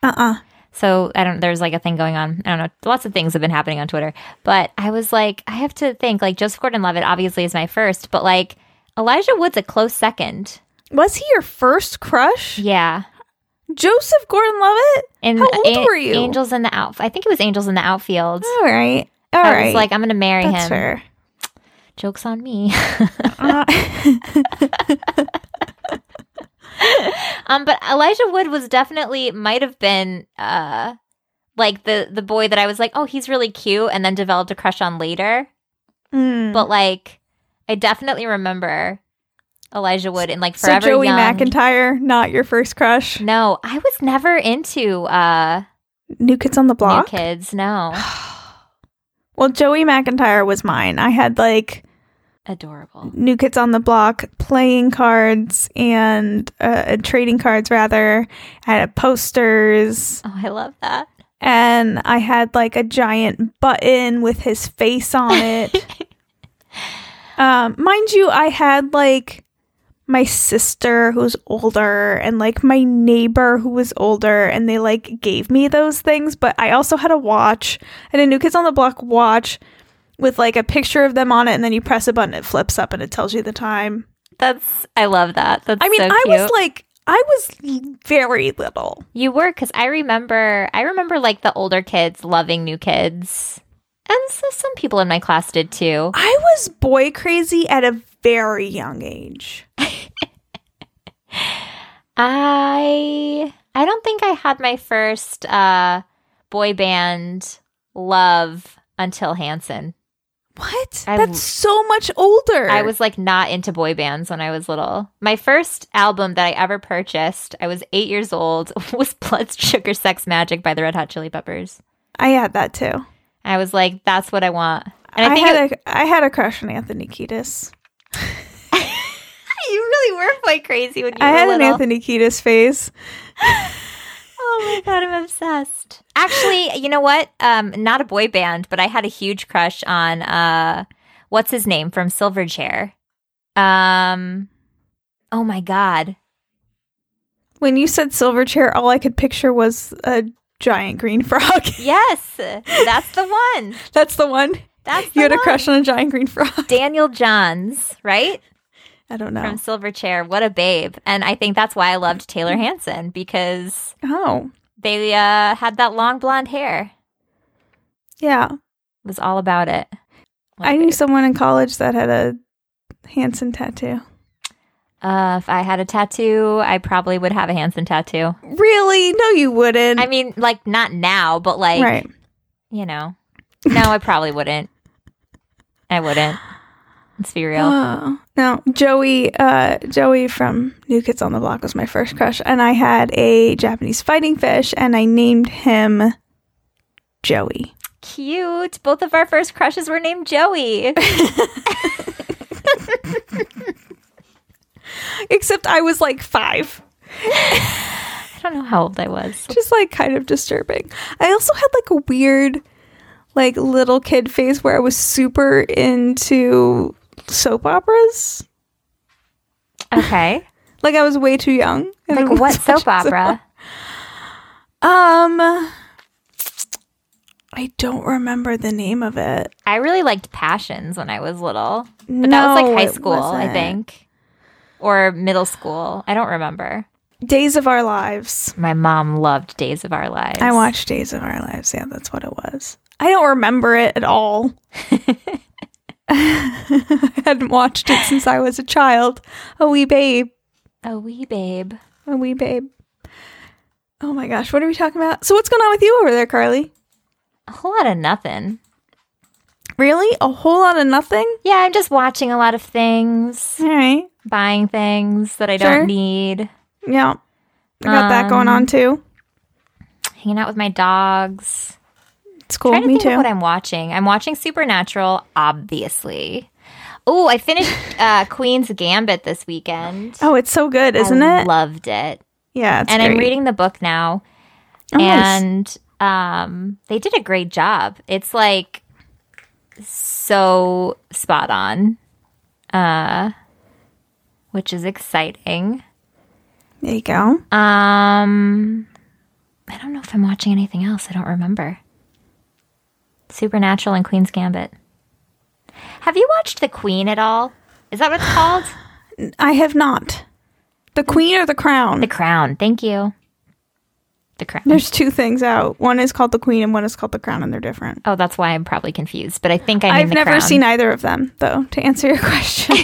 Speaker 2: Uh uh
Speaker 3: So I don't. There's like a thing going on. I don't know. Lots of things have been happening on Twitter. But I was like, I have to think. Like Joseph Gordon-Levitt obviously is my first, but like Elijah Wood's a close second.
Speaker 2: Was he your first crush?
Speaker 3: Yeah.
Speaker 2: Joseph Gordon Levitt?
Speaker 3: And
Speaker 2: How old
Speaker 3: An-
Speaker 2: were you?
Speaker 3: Angels in the out. I think it was Angels in the Outfield.
Speaker 2: All right. All
Speaker 3: I
Speaker 2: right.
Speaker 3: was like, I'm gonna marry
Speaker 2: that's
Speaker 3: him.
Speaker 2: fair.
Speaker 3: Jokes on me.
Speaker 2: Uh, Uh-uh.
Speaker 3: um, but Elijah Wood was definitely might have been uh like the the boy that I was like, oh, he's really cute, and then developed a crush on later.
Speaker 2: mm.
Speaker 3: But like, I definitely remember Elijah Wood in like
Speaker 2: so
Speaker 3: Forever
Speaker 2: Joey
Speaker 3: Young.
Speaker 2: McIntyre, not your first crush.
Speaker 3: No, I was never into uh
Speaker 2: New Kids on the Block.
Speaker 3: new kids. No,
Speaker 2: Well, Joey McIntyre was mine. I had like
Speaker 3: adorable.
Speaker 2: New Kids on the Block, playing cards and uh, and trading cards rather. I had posters
Speaker 3: Oh, I love that.
Speaker 2: and I had like a giant button with his face on it. um, mind you, I had like my sister who's older and like my neighbor who was older and they like gave me those things but i also had a watch and a new kids on the block watch with like a picture of them on it and then you press a button it flips up and it tells you the time
Speaker 3: That's I love that. That's
Speaker 2: i mean
Speaker 3: so
Speaker 2: i
Speaker 3: cute.
Speaker 2: was like i was l- very little
Speaker 3: You were because I remember I remember like the older kids loving new kids, and so some people in my class did too.
Speaker 2: i was boy crazy at a very young age
Speaker 3: I I don't think I had my first uh, boy band love until Hanson.
Speaker 2: what
Speaker 3: I-
Speaker 2: that's so much older
Speaker 3: I was like not into boy bands when I was little. My first album that I ever purchased, I was eight years old, was Blood Sugar Sex Magic by the Red Hot Chili Peppers.
Speaker 2: i had that too
Speaker 3: I was like, that's what I want. And I,
Speaker 2: I,
Speaker 3: think it-
Speaker 2: had a I had a crush on Anthony Kiedis.
Speaker 3: you really were quite crazy when you
Speaker 2: I
Speaker 3: were
Speaker 2: had an
Speaker 3: little.
Speaker 2: Anthony Kiedis phase.
Speaker 3: Oh my god, I'm obsessed. Actually, you know what? Um, not a boy band, but I had a huge crush on uh, what's his name from Silverchair. Um, oh my god,
Speaker 2: When you said Silverchair, all I could picture was a giant green frog.
Speaker 3: yes, that's the one.
Speaker 2: That's the one.
Speaker 3: That's the
Speaker 2: You had a
Speaker 3: one.
Speaker 2: crush on a giant green frog.
Speaker 3: Daniel Johns, right
Speaker 2: I don't know.
Speaker 3: from Silverchair. What a babe! And I think that's why I loved Taylor Hanson because
Speaker 2: Oh,
Speaker 3: they uh, had that long blonde hair.
Speaker 2: yeah.
Speaker 3: It was all about it. What a
Speaker 2: I knew
Speaker 3: babe.
Speaker 2: someone in college that had a Hanson tattoo.
Speaker 3: Uh, if I had a tattoo, I probably would have a Hanson tattoo.
Speaker 2: Really? No, you wouldn't.
Speaker 3: I mean, like not now, but like
Speaker 2: Mm. right.
Speaker 3: you know. No, I probably wouldn't. I wouldn't. Let's be real.
Speaker 2: Oh. No, Joey, uh, Joey from New Kids on the Block was my first crush, and I had a Japanese fighting fish, and I named him Joey.
Speaker 3: Cute. Both of our first crushes were named Joey.
Speaker 2: Except I was like five,
Speaker 3: I don't know how old I was.
Speaker 2: which is like kind of disturbing. I also had like a weird, like little kid phase where I was super into soap operas.
Speaker 3: Okay.
Speaker 2: Like I was way too young. and
Speaker 3: Like
Speaker 2: I was
Speaker 3: what soap
Speaker 2: watching
Speaker 3: opera?
Speaker 2: Um, I don't remember the name of it.
Speaker 3: I really liked Passions when I was little. But that was
Speaker 2: No,
Speaker 3: like high
Speaker 2: it
Speaker 3: school, I
Speaker 2: wasn't.
Speaker 3: think. Or middle school. I don't remember.
Speaker 2: Days of Our Lives.
Speaker 3: My mom loved Days of Our Lives.
Speaker 2: I watched Days of Our Lives. Yeah, that's what it was. I don't remember it at all. I hadn't watched it since I was a child. A wee babe.
Speaker 3: A wee babe.
Speaker 2: A wee babe. Oh my gosh, what are we talking about? So, what's going on with you over there, Carly?
Speaker 3: A whole lot of nothing.
Speaker 2: Really? A whole lot of nothing?
Speaker 3: Yeah, I'm just watching a lot of things,
Speaker 2: All right.
Speaker 3: buying things that I don't
Speaker 2: Sure.
Speaker 3: need,
Speaker 2: Yeah. I got that going
Speaker 3: Um,
Speaker 2: on too.
Speaker 3: hanging out with my dogs.
Speaker 2: It's cool.
Speaker 3: Trying to
Speaker 2: Me
Speaker 3: think
Speaker 2: too.
Speaker 3: of what I'm watching. I'm watching Supernatural, obviously. Oh, I finished uh, Queen's Gambit this weekend.
Speaker 2: Oh, it's so good, isn't
Speaker 3: I
Speaker 2: it?
Speaker 3: Loved it.
Speaker 2: yeah, it's
Speaker 3: and I'm
Speaker 2: great.
Speaker 3: reading the book now.
Speaker 2: Oh, nice.
Speaker 3: and um, they did a great job. It's like so spot on, uh, which is exciting.
Speaker 2: there you go.
Speaker 3: Um, I don't know if I'm watching anything else. I don't remember. Supernatural and Queen's Gambit. Have you watched The Queen at all? Is that what it's called?
Speaker 2: I have not. The Queen or the Crown?
Speaker 3: the Crown. Thank you. The Crown.
Speaker 2: There's two things out. One is called the Queen, and one is called the Crown, and they're different.
Speaker 3: oh, that's why I'm probably confused. But I think I mean
Speaker 2: I've
Speaker 3: The
Speaker 2: never
Speaker 3: Crown.
Speaker 2: seen either of them, though. To answer your question,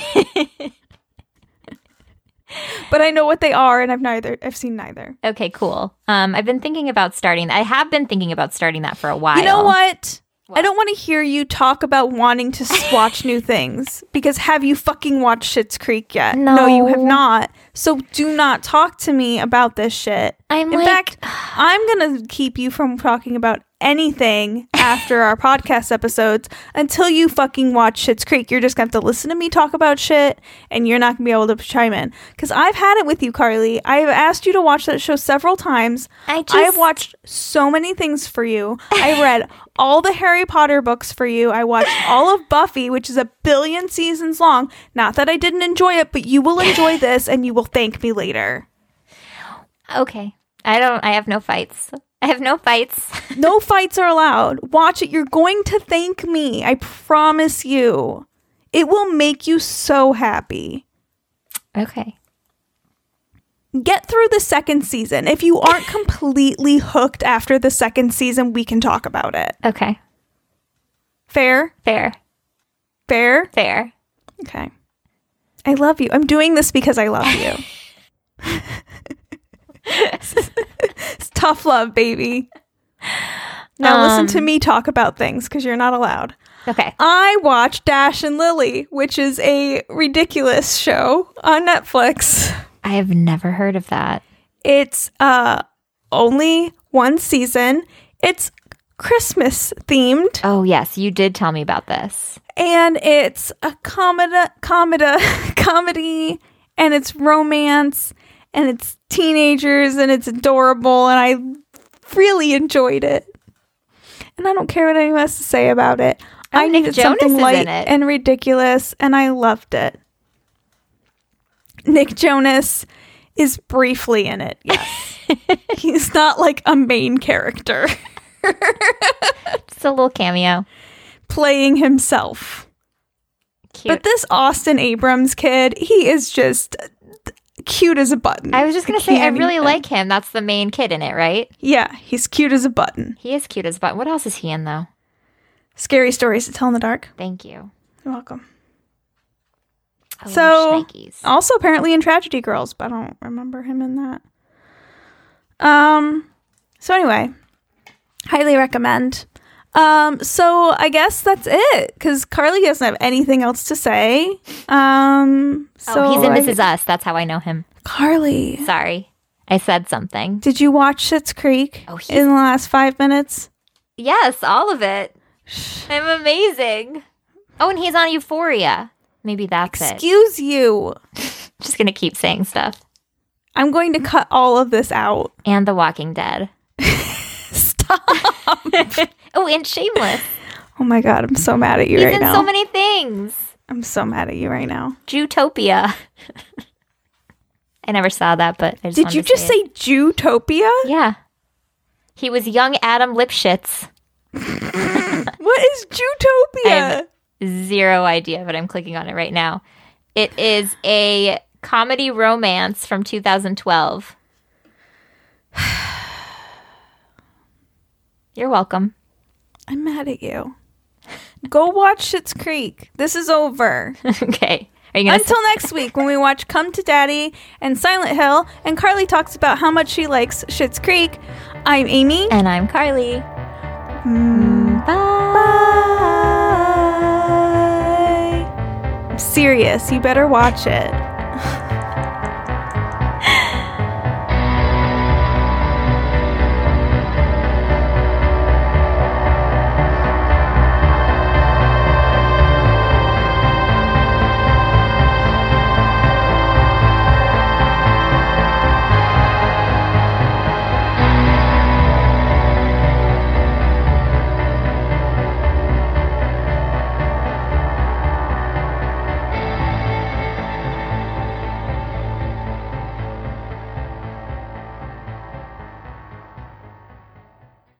Speaker 2: but I know what they are, and I've neither. I've seen neither.
Speaker 3: Okay, cool. Um, I've been thinking about starting. I have been thinking about starting that for a while.
Speaker 2: You know what? I don't want to hear you talk about wanting to s- watch new things because have you fucking watched Shit's Creek yet? you have
Speaker 3: No.
Speaker 2: not. So do not talk to me about this shit.
Speaker 3: I'm
Speaker 2: In
Speaker 3: like,
Speaker 2: fact, I'm going to keep you from talking about anything after our podcast episodes until you fucking watch Shit's Creek. You're just going to have to listen to me talk about shit and you're not going to be able to chime in. Because I've had it with you, Carly. I have asked you to watch that show several times.
Speaker 3: I just,
Speaker 2: I have watched so many things for you. I read all the Harry Potter books for you. I watched all of Buffy, which is a billion seasons long. Not that I didn't enjoy it, but you will enjoy this and you will thank me later.
Speaker 3: Okay, I don't. I have no fights. I have no fights.
Speaker 2: No fights are allowed. Watch it. You're going to thank me. I promise you. It will make you so happy.
Speaker 3: okay.
Speaker 2: Get through the second season. If you aren't completely hooked after the second season, we can talk about it.
Speaker 3: Okay.
Speaker 2: Fair?
Speaker 3: Fair.
Speaker 2: Fair?
Speaker 3: Fair.
Speaker 2: Okay. I love you. I'm doing this because I love you. it's tough love, baby. Now listen to me talk about things because you're not allowed.
Speaker 3: Okay.
Speaker 2: I watched Dash and Lily, which is a ridiculous show on Netflix.
Speaker 3: I have never heard of that.
Speaker 2: It's uh only one season. It's Christmas themed,
Speaker 3: Oh, yes, you did tell me about this.
Speaker 2: and it's a comedy, comedy, comedy, and it's romance, and it's teenagers, and it's adorable, and I really enjoyed it. And I don't care what anyone has to say about it. I
Speaker 3: Oh, Nick
Speaker 2: needed
Speaker 3: Jonas is
Speaker 2: something
Speaker 3: in it.
Speaker 2: light and ridiculous, and I loved it. Nick Jonas is briefly in it. Yes, he's not like a main character.
Speaker 3: Just a little cameo.
Speaker 2: playing himself.
Speaker 3: Cute.
Speaker 2: But this Austin Abrams kid, he is just cute as a button.
Speaker 3: I was just going to say, I
Speaker 2: can't
Speaker 3: really
Speaker 2: even-
Speaker 3: like him. That's the main kid in it, right?
Speaker 2: Yeah, he's cute as a button.
Speaker 3: He is cute as a button. What else is he in, though?
Speaker 2: Scary stories to tell in the dark.
Speaker 3: Thank you.
Speaker 2: You're welcome.
Speaker 3: Oh,
Speaker 2: So-
Speaker 3: shnikes.
Speaker 2: Also, apparently in Tragedy Girls, but I don't remember him in that. Um. So anyway, highly recommend. Um. So I guess that's it because Carly doesn't have anything else to say. Um. So
Speaker 3: oh, he's in
Speaker 2: I-
Speaker 3: This Is Us. That's how I know him.
Speaker 2: Carly.
Speaker 3: Sorry. I said something.
Speaker 2: Did you watch Schitt's Creek
Speaker 3: Oh, he's-
Speaker 2: in the last five minutes?
Speaker 3: Yes, all of it. I'm amazing. Oh, and he's on Euphoria. Maybe that's it.
Speaker 2: Excuse you.
Speaker 3: Just gonna keep saying stuff.
Speaker 2: I'm going to cut all of this out.
Speaker 3: And The Walking Dead.
Speaker 2: Stop.
Speaker 3: Oh, and Shameless.
Speaker 2: Oh my god, I'm so mad at you
Speaker 3: he's
Speaker 2: right
Speaker 3: in
Speaker 2: now.
Speaker 3: so many things.
Speaker 2: I'm so mad at you right now.
Speaker 3: Jutopia. I never saw that, but I just
Speaker 2: Did
Speaker 3: wanted
Speaker 2: you
Speaker 3: to
Speaker 2: just
Speaker 3: it.
Speaker 2: say Jewtopia?
Speaker 3: Yeah. He was young Adam Lipschitz.
Speaker 2: What is Jewtopia?
Speaker 3: Zero idea, but I'm clicking on it right now. It is a comedy romance from 2012. You're welcome.
Speaker 2: I'm mad at you. Go watch Schitt's Creek. This is over.
Speaker 3: okay. Are you gonna?
Speaker 2: Until next week when we watch Come to Daddy and Silent Hill and Carly talks about how much she likes Schitt's Creek. I'm Amy.
Speaker 3: and I'm Carly. Bye.
Speaker 2: Bye. I'm serious. You better watch it.